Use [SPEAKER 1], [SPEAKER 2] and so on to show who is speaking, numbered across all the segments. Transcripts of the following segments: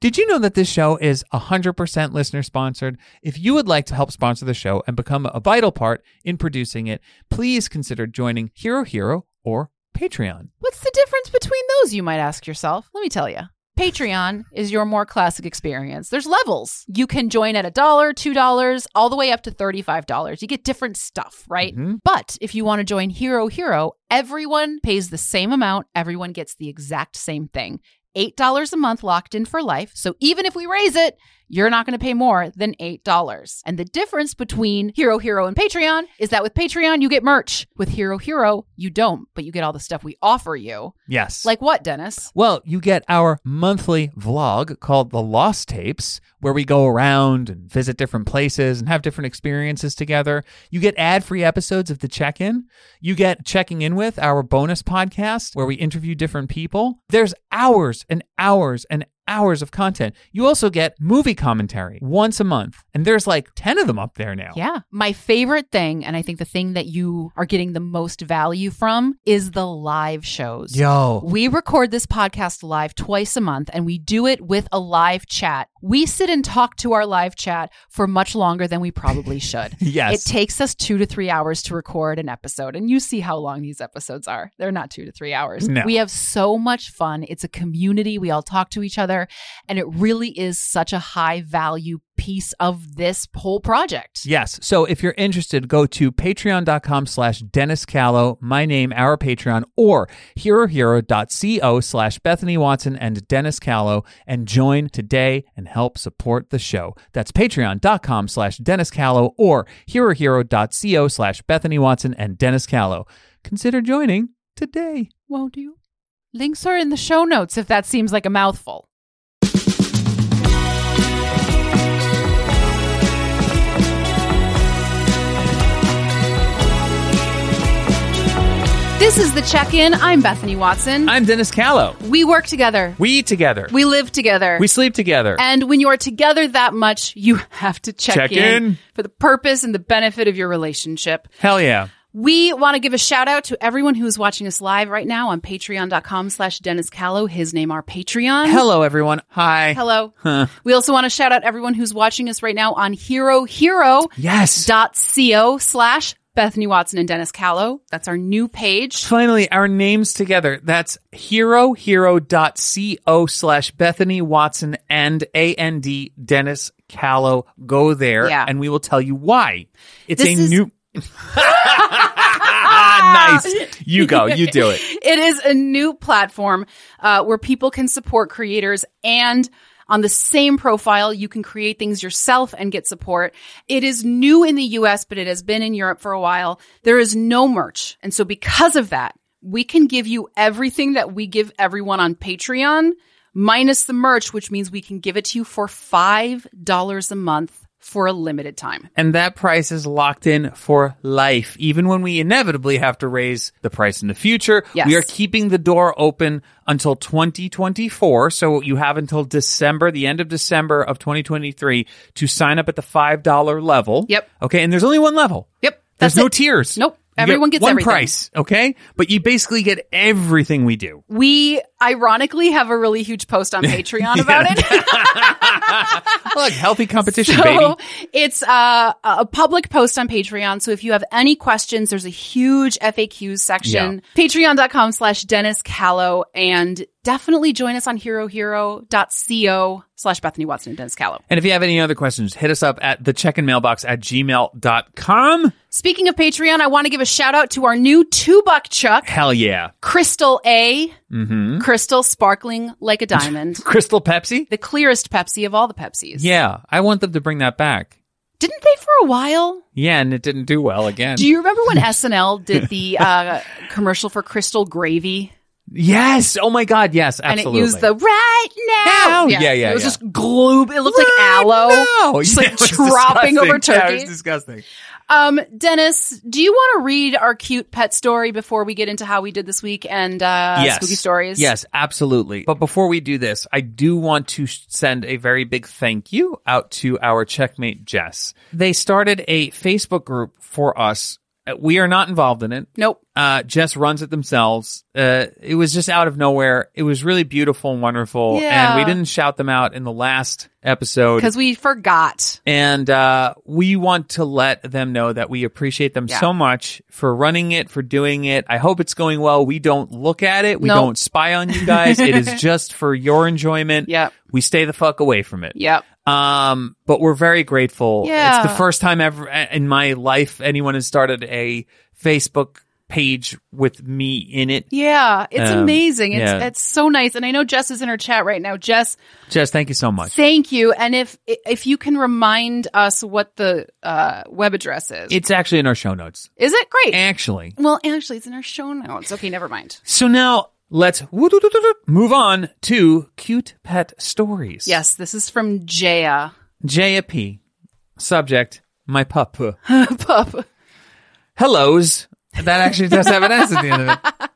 [SPEAKER 1] Did you know that this show is 100% listener sponsored? If you would like to help sponsor the show and become a vital part in producing it, please consider joining Hero Hero or Patreon.
[SPEAKER 2] What's the difference between those, you might ask yourself? Let me tell you. Patreon is your more classic experience. There's levels. You can join at a dollar, two dollars, all the way up to thirty-five dollars. You get different stuff, right?
[SPEAKER 1] Mhm.
[SPEAKER 2] But if you want to join Hero Hero, everyone pays the same amount. Everyone gets the exact same thing. Eight dollars a month locked in for life. So even if we raise it, you're not going to pay more than eight dollars. And the difference between Hero Hero and Patreon is that with Patreon you get merch. With Hero Hero, you don't, but you get all the stuff we offer you.
[SPEAKER 1] Yes.
[SPEAKER 2] Like what, Dennis?
[SPEAKER 1] Well, you get our monthly vlog called The Lost Tapes, where we go around and visit different places and have different experiences together. You get ad free episodes of The Check In. You get Checking In With, our bonus podcast, where we interview different people. There's hours and hours and hours of content. You also get movie commentary once a month, and there's like 10 of them up there now.
[SPEAKER 2] Yeah. My favorite thing, and I think the thing that you are getting the most value from, is the live shows.
[SPEAKER 1] Yo.
[SPEAKER 2] We record this podcast live twice a month and we do it with a live chat. We sit and talk to our live chat for much longer than we probably should.
[SPEAKER 1] Yes.
[SPEAKER 2] It takes us two to three hours to record an episode, and you see how long these episodes are. They're not two to three hours.
[SPEAKER 1] No.
[SPEAKER 2] We have so much fun. It's a community. We all talk to each other, and it really is such a high value piece of this whole project.
[SPEAKER 1] Yes. So if you're interested, go to patreon.com slash Dennis Callow, my name, our Patreon, or herohero.co slash Bethany Watson and Dennis Callow and join today and help support the show. That's patreon.com slash Dennis Callow or herohero.co slash Bethany Watson and Dennis Callow. Consider joining today.
[SPEAKER 2] Won't you? Links are in the show notes if that seems like a mouthful. This is the check in. I'm Bethany Watson.
[SPEAKER 1] I'm Dennis Callow.
[SPEAKER 2] we work together,
[SPEAKER 1] We together.
[SPEAKER 2] we live together.
[SPEAKER 1] We sleep together.
[SPEAKER 2] and when you are together that much, you have to check,
[SPEAKER 1] Check in.
[SPEAKER 2] for the purpose and the benefit of your relationship.
[SPEAKER 1] Hell yeah.
[SPEAKER 2] We want to give a shout out to everyone who is watching us live right now on patreon.com slash Dennis Callow. His name our Patreon.
[SPEAKER 1] Hello, everyone. Hi.
[SPEAKER 2] Hello. We also want to shout out everyone who's watching us right now on herohero.co
[SPEAKER 1] Yes.
[SPEAKER 2] slash Bethany Watson and Dennis Callow. That's our new page.
[SPEAKER 1] Finally, our names together. That's herohero.co slash Bethany Watson and A-N-D Dennis Callow. Go there
[SPEAKER 2] Yeah.
[SPEAKER 1] and we will tell you why. It's
[SPEAKER 2] This
[SPEAKER 1] a
[SPEAKER 2] is-
[SPEAKER 1] new... Ah, nice. You go. You do it.
[SPEAKER 2] It is a new platform uh, where people can support creators and on the same profile, you can create things yourself and get support. It is new in the US, but it has been in Europe for a while. There is no merch. And so, because of that, we can give you everything that we give everyone on Patreon, minus the merch, which means we can give it to you for $5 a month for a limited time.
[SPEAKER 1] And that price is locked in for life. Even when we inevitably have to raise the price in the future,
[SPEAKER 2] Yes.
[SPEAKER 1] we are keeping the door open until 2024. So you have until December, the end of December of 2023 to sign up at the $5 level.
[SPEAKER 2] Yep.
[SPEAKER 1] Okay. And there's only one level.
[SPEAKER 2] Yep.
[SPEAKER 1] There's
[SPEAKER 2] that's
[SPEAKER 1] no
[SPEAKER 2] it.
[SPEAKER 1] tiers.
[SPEAKER 2] Nope.
[SPEAKER 1] You
[SPEAKER 2] Everyone
[SPEAKER 1] get
[SPEAKER 2] gets
[SPEAKER 1] one
[SPEAKER 2] everything.
[SPEAKER 1] price. Okay. But you basically get everything we do.
[SPEAKER 2] We ironically have a really huge post on Patreon about it.
[SPEAKER 1] Look, healthy competition, baby.
[SPEAKER 2] so it's uh, a public post on Patreon. So if you have any questions, there's a huge FAQs section. Patreon.com slash Dennis Callow. And definitely join us on herohero.co slash Bethany Watson and Dennis Callow.
[SPEAKER 1] And if you have any other questions, hit us up at the check in mailbox at gmail.com.
[SPEAKER 2] Speaking of Patreon, I want to give a shout out to our new two buck chuck,
[SPEAKER 1] Hell yeah. Mm-hmm.
[SPEAKER 2] Crystal A.
[SPEAKER 1] Hmm?
[SPEAKER 2] Crystal sparkling like a diamond.
[SPEAKER 1] Crystal Pepsi?
[SPEAKER 2] the clearest Pepsi of all the Pepsis.
[SPEAKER 1] Yeah, I want them to bring that back.
[SPEAKER 2] Didn't they for a while?
[SPEAKER 1] Yeah, and it didn't do well again.
[SPEAKER 2] Do you remember when SNL did the uh, commercial for Crystal Gravy?
[SPEAKER 1] yes. Oh my God. Yes.
[SPEAKER 2] And
[SPEAKER 1] Absolutely.
[SPEAKER 2] it used the right now.
[SPEAKER 1] Now? Yeah, yeah,
[SPEAKER 2] It was
[SPEAKER 1] yeah.
[SPEAKER 2] just gloob. It looked like aloe.
[SPEAKER 1] No.
[SPEAKER 2] Just
[SPEAKER 1] Yeah,
[SPEAKER 2] like
[SPEAKER 1] it was
[SPEAKER 2] dropping
[SPEAKER 1] disgusting.
[SPEAKER 2] over
[SPEAKER 1] Yeah, it
[SPEAKER 2] turkey.
[SPEAKER 1] was disgusting.
[SPEAKER 2] um, Dennis, do you want to read our cute pet story before we get into how we did this week and uh, spooky stories?
[SPEAKER 1] Yes, absolutely. But before we do this, I do want to sh- send a very big thank you out to our checkmate Jess. They started a Facebook group for us Uh, We are not involved in it.
[SPEAKER 2] Nope.
[SPEAKER 1] Uh, Jess runs it themselves. Uh, it was just out of nowhere. It was really beautiful and wonderful.
[SPEAKER 2] Yeah.
[SPEAKER 1] And we didn't shout them out in the last episode.
[SPEAKER 2] Because we forgot.
[SPEAKER 1] And uh, we want to let them know that we appreciate them
[SPEAKER 2] Yeah.
[SPEAKER 1] so much for running it, for doing it. I hope it's going well. We don't look at it. We
[SPEAKER 2] Nope.
[SPEAKER 1] don't spy on you guys. it is just for your enjoyment.
[SPEAKER 2] Yep.
[SPEAKER 1] We stay the fuck away from it.
[SPEAKER 2] Yep.
[SPEAKER 1] Um, but we're very grateful.
[SPEAKER 2] Yeah.
[SPEAKER 1] It's the first time ever in my life anyone has started a Facebook page with me in it.
[SPEAKER 2] Yeah. It's
[SPEAKER 1] Um,
[SPEAKER 2] amazing. It's
[SPEAKER 1] yeah.
[SPEAKER 2] it's so nice. And I know Jess is in her chat right now. Jess,
[SPEAKER 1] Jess, thank you so much.
[SPEAKER 2] thank you. And if if you can remind us what the uh, web address is.
[SPEAKER 1] It's actually in our show notes.
[SPEAKER 2] is it great?
[SPEAKER 1] Actually.
[SPEAKER 2] well, actually, it's in our show notes. Okay, never mind.
[SPEAKER 1] So now let's woo-doo-doo-doo-doo move on to cute pet stories.
[SPEAKER 2] Yes, this is from Jaya.
[SPEAKER 1] JP. Subject, my pup.
[SPEAKER 2] Pup.
[SPEAKER 1] Hellos. That actually does have an S at the end of it.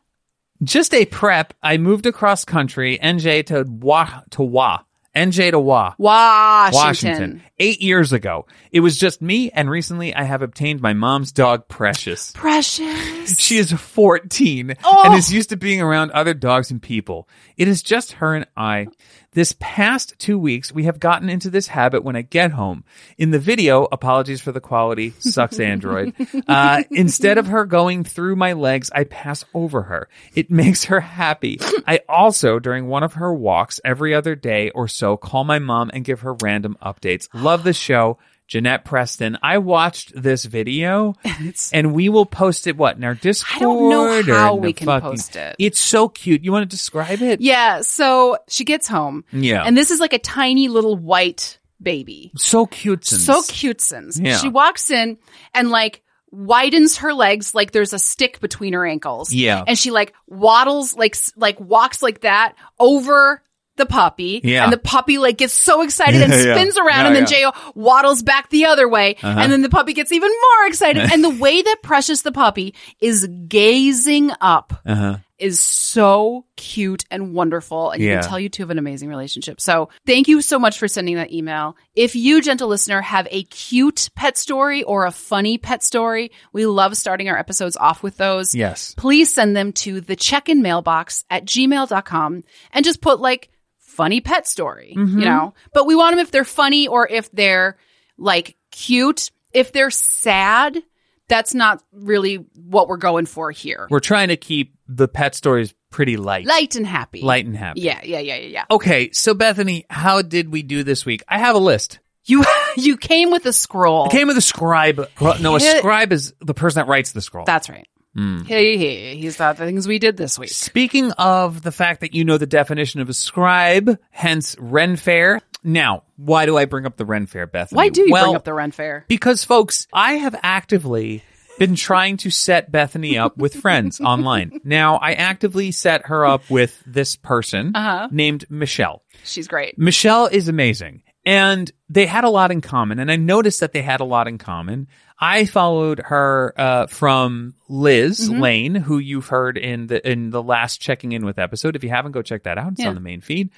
[SPEAKER 1] Just a prep, I moved across country, NJ to Wa, to Wa, NJ to Wa,
[SPEAKER 2] Washington.
[SPEAKER 1] Washington, eight years ago. It was just me, and recently I have obtained my mom's dog, Precious.
[SPEAKER 2] Precious.
[SPEAKER 1] She is 14 and is used to being around other dogs and people. It is just her and I. This past two weeks, we have gotten into this habit when I get home. In the video, apologies for the quality, sucks Android. Uh, instead of her going through my legs, I pass over her. It makes her happy. I also, during one of her walks every other day or so, call my mom and give her random updates. Love the show. Jeanette Preston, I watched this video and we will post it what in our Discord.
[SPEAKER 2] I don't know
[SPEAKER 1] or in
[SPEAKER 2] how
[SPEAKER 1] the
[SPEAKER 2] we can
[SPEAKER 1] fucking- e-,
[SPEAKER 2] post it.
[SPEAKER 1] It's so cute. You want to describe it?
[SPEAKER 2] Yeah, so she gets home.
[SPEAKER 1] Yeah.
[SPEAKER 2] And this is like a tiny little white baby.
[SPEAKER 1] So cute.
[SPEAKER 2] So cutesins.
[SPEAKER 1] Yeah.
[SPEAKER 2] She walks in and like widens her legs like there's a stick between her ankles.
[SPEAKER 1] Yeah.
[SPEAKER 2] And she like waddles like s- like walks like that over the puppy.
[SPEAKER 1] Yeah.
[SPEAKER 2] And the puppy like gets so excited and
[SPEAKER 1] Yeah, yeah.
[SPEAKER 2] spins around
[SPEAKER 1] Yeah,
[SPEAKER 2] and then
[SPEAKER 1] yeah. Uh-huh.
[SPEAKER 2] J.O. waddles back the other way. And then the puppy gets even more excited. and the way that Precious the puppy is gazing up
[SPEAKER 1] Uh huh.
[SPEAKER 2] is so cute and wonderful. And you
[SPEAKER 1] Yeah.
[SPEAKER 2] can tell you two have an amazing relationship. So thank you so much for sending that email. If you, gentle listener, have a cute pet story or a funny pet story, we love starting our episodes off with those.
[SPEAKER 1] Yes.
[SPEAKER 2] Please send them to the check in mailbox at gmail.com and just put like funny pet story,
[SPEAKER 1] Mm-hmm.
[SPEAKER 2] you know? But we want them if they're funny or if they're like cute. If they're sad, that's not really what we're going for here.
[SPEAKER 1] We're trying to keep the pet stories pretty light,
[SPEAKER 2] Light and happy.
[SPEAKER 1] light and happy.
[SPEAKER 2] Yeah, yeah, yeah, yeah, yeah.
[SPEAKER 1] Okay, so Bethany, how did we do this week? I have a list.
[SPEAKER 2] You you came with a scroll.
[SPEAKER 1] I came with a scribe. Well, No, a
[SPEAKER 2] Hit-
[SPEAKER 1] scribe is the person that writes the scroll.
[SPEAKER 2] That's right.
[SPEAKER 1] Hmm.
[SPEAKER 2] Hey, hey, he's the things we did this week.
[SPEAKER 1] Speaking of the fact that you know the definition of a scribe, hence Ren Fair. Now, why do I bring up the Ren Fair, Bethany?
[SPEAKER 2] Why do you
[SPEAKER 1] well,
[SPEAKER 2] bring up the Ren Fair?
[SPEAKER 1] Because, folks, I have actively been trying to set Bethany up with friends online. Now, I actively set her up with this person named Michelle.
[SPEAKER 2] She's great.
[SPEAKER 1] Michelle is amazing. And they had a lot in common. And I noticed that they had a lot in common. I followed her uh, from Liz
[SPEAKER 2] Mm-hmm.
[SPEAKER 1] Lane, who you've heard in the in the last checking in with episode. If you haven't, go check that out. It's
[SPEAKER 2] Yeah.
[SPEAKER 1] on the main feed.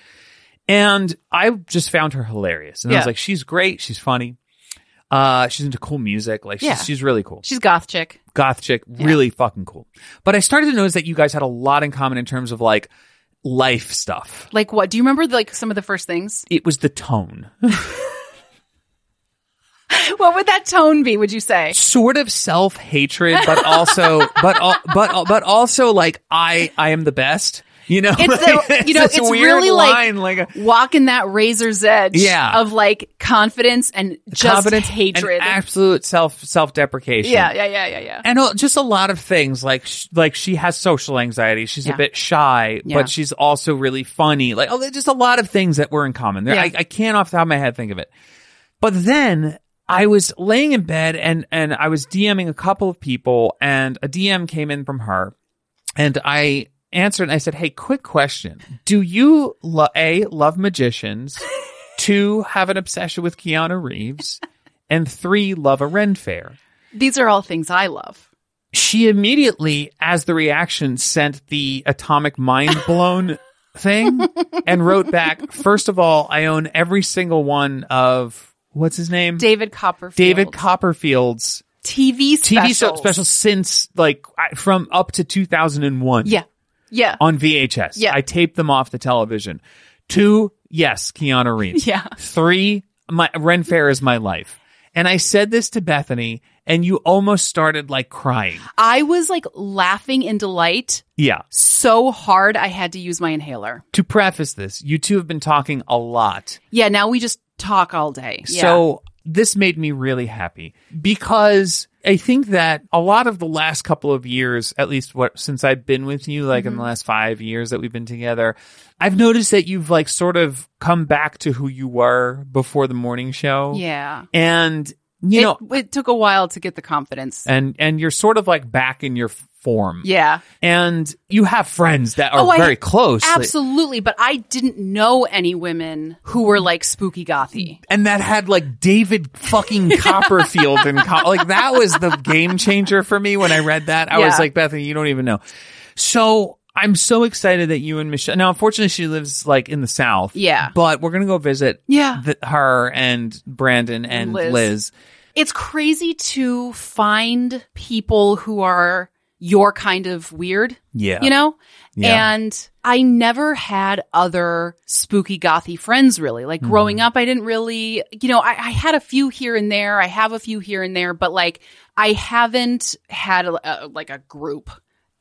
[SPEAKER 1] And I just found her hilarious. And I
[SPEAKER 2] Yeah.
[SPEAKER 1] was like, she's great. She's funny. Uh, she's into cool music. Like, she's,
[SPEAKER 2] Yeah.
[SPEAKER 1] she's really cool
[SPEAKER 2] She's goth chick.
[SPEAKER 1] goth chick, really fucking cool. But I started to notice that you guys had a lot in common in terms of like life stuff.
[SPEAKER 2] Like what? Do you remember like some of the first things?
[SPEAKER 1] It was the tone,
[SPEAKER 2] What would that tone be? Would you say?
[SPEAKER 1] sort of self hatred, but also, but al- but al- but also like I I am the best. You know, Like,
[SPEAKER 2] It's the- you know,
[SPEAKER 1] this
[SPEAKER 2] it's
[SPEAKER 1] weird
[SPEAKER 2] really like-
[SPEAKER 1] line, like, a
[SPEAKER 2] Walking that razor's edge
[SPEAKER 1] Yeah.
[SPEAKER 2] of like confidence and just
[SPEAKER 1] confidence,
[SPEAKER 2] hatred.
[SPEAKER 1] and absolute self self deprecation.
[SPEAKER 2] yeah, yeah, yeah, yeah, yeah.
[SPEAKER 1] and uh, just a lot of things like sh- like she has social anxiety she's
[SPEAKER 2] Yeah.
[SPEAKER 1] a bit shy
[SPEAKER 2] Yeah.
[SPEAKER 1] but she's also really funny like oh there's just a lot of things that were in common there
[SPEAKER 2] Yeah.
[SPEAKER 1] I, I can't off the top of my head think of it but then i was laying in bed and and i was dming a couple of people and a dm came in from her and i answered and i said hey quick question do you lo- a love magicians two have an obsession with keanu reeves and three love a ren fair
[SPEAKER 2] These are all things I love.
[SPEAKER 1] she immediately, as the reaction, sent the atomic mind blown thing and wrote back, first of all, I own every single one of what's his name?
[SPEAKER 2] David Copperfield.
[SPEAKER 1] David Copperfield's
[SPEAKER 2] TV specials.
[SPEAKER 1] TV so- specials since like I- from up to 2001.
[SPEAKER 2] Yeah. Yeah.
[SPEAKER 1] On VHS.
[SPEAKER 2] Yeah.
[SPEAKER 1] I taped them off the television. Two, yes, Keanu Reeves.
[SPEAKER 2] Yeah.
[SPEAKER 1] Three, my Ren Fair is my life. And I said this to Bethany, and you almost started like crying.
[SPEAKER 2] I was like laughing in delight
[SPEAKER 1] Yeah.
[SPEAKER 2] so hard I had to use my inhaler.
[SPEAKER 1] To preface this, you two have been talking a lot.
[SPEAKER 2] Yeah, now we just talk all day. Yeah.
[SPEAKER 1] So this made me really happy because I think that a lot of the last couple of years, at least what since I've been with you, like
[SPEAKER 2] Mm-hmm.
[SPEAKER 1] in the last five years that we've been together, I've noticed that you've like sort of come back to who you were before the morning show.
[SPEAKER 2] yeah.
[SPEAKER 1] And you
[SPEAKER 2] it,
[SPEAKER 1] know Uh,
[SPEAKER 2] it took a while to get the confidence.
[SPEAKER 1] and and you're sort of like back in your form.
[SPEAKER 2] yeah.
[SPEAKER 1] And you have friends that are
[SPEAKER 2] Oh, I-
[SPEAKER 1] very close. like-
[SPEAKER 2] Absolutely, but I didn't know any women who were like spooky gothy.
[SPEAKER 1] and that had like David fucking Copperfield and co- like that was the game changer for me when I read that. I
[SPEAKER 2] Yeah.
[SPEAKER 1] was like, Bethany, you don't even know. So I'm so excited that you and Michelle. Now, unfortunately, she lives like in the South.
[SPEAKER 2] Yeah.
[SPEAKER 1] but we're gonna go visit.
[SPEAKER 2] Yeah.
[SPEAKER 1] the, her and Brandon and
[SPEAKER 2] Liz.
[SPEAKER 1] Liz.
[SPEAKER 2] It's crazy to find people who are your kind of weird,
[SPEAKER 1] Yeah,
[SPEAKER 2] you know?
[SPEAKER 1] Yeah.
[SPEAKER 2] And I never had other spooky gothy friends really. Like
[SPEAKER 1] Hmm.
[SPEAKER 2] growing up, I didn't really, you know, I, I had a few here and there. I have a few here and there, but like I haven't had a, a, like a group.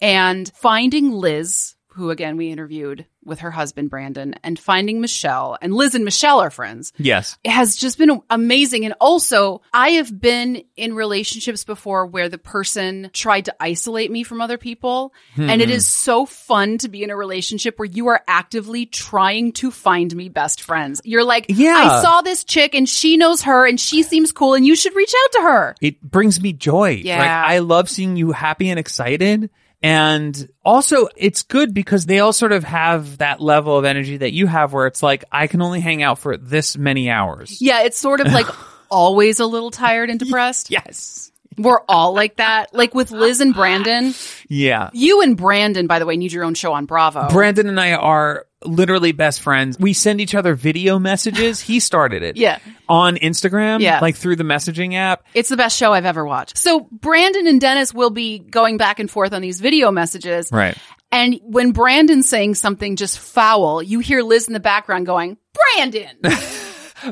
[SPEAKER 2] And finding Liz, who again we interviewed with her husband Brandon, and finding Michelle, and Liz and Michelle are friends
[SPEAKER 1] yes,
[SPEAKER 2] has just been amazing. And also, I have been in relationships before where the person tried to isolate me from other people. And it is so fun to be in a relationship where you are actively trying to find me best friends. You're like,
[SPEAKER 1] Yeah.
[SPEAKER 2] I saw this chick and she knows her and she seems cool and you should reach out to her.
[SPEAKER 1] it brings me joy.
[SPEAKER 2] Yeah.
[SPEAKER 1] like, I love seeing you happy and excited. And also, it's good because they all sort of have that level of energy that you have, where it's like I can only hang out for this many hours.
[SPEAKER 2] Yeah, it's sort of like always a little tired and depressed.
[SPEAKER 1] Yes.
[SPEAKER 2] We're all like that. Like with Liz and Brandon.
[SPEAKER 1] Yeah.
[SPEAKER 2] You and Brandon, by the way, need your own show on Bravo.
[SPEAKER 1] Brandon and I are literally best friends. We send each other video messages. He started it.
[SPEAKER 2] Yeah.
[SPEAKER 1] On Instagram.
[SPEAKER 2] Yeah.
[SPEAKER 1] Like through the messaging app.
[SPEAKER 2] It's the best show I've ever watched. So Brandon and Dennis will be going back and forth on these video messages.
[SPEAKER 1] Right.
[SPEAKER 2] And when Brandon's saying something just foul, you hear Liz in the background going, Brandon.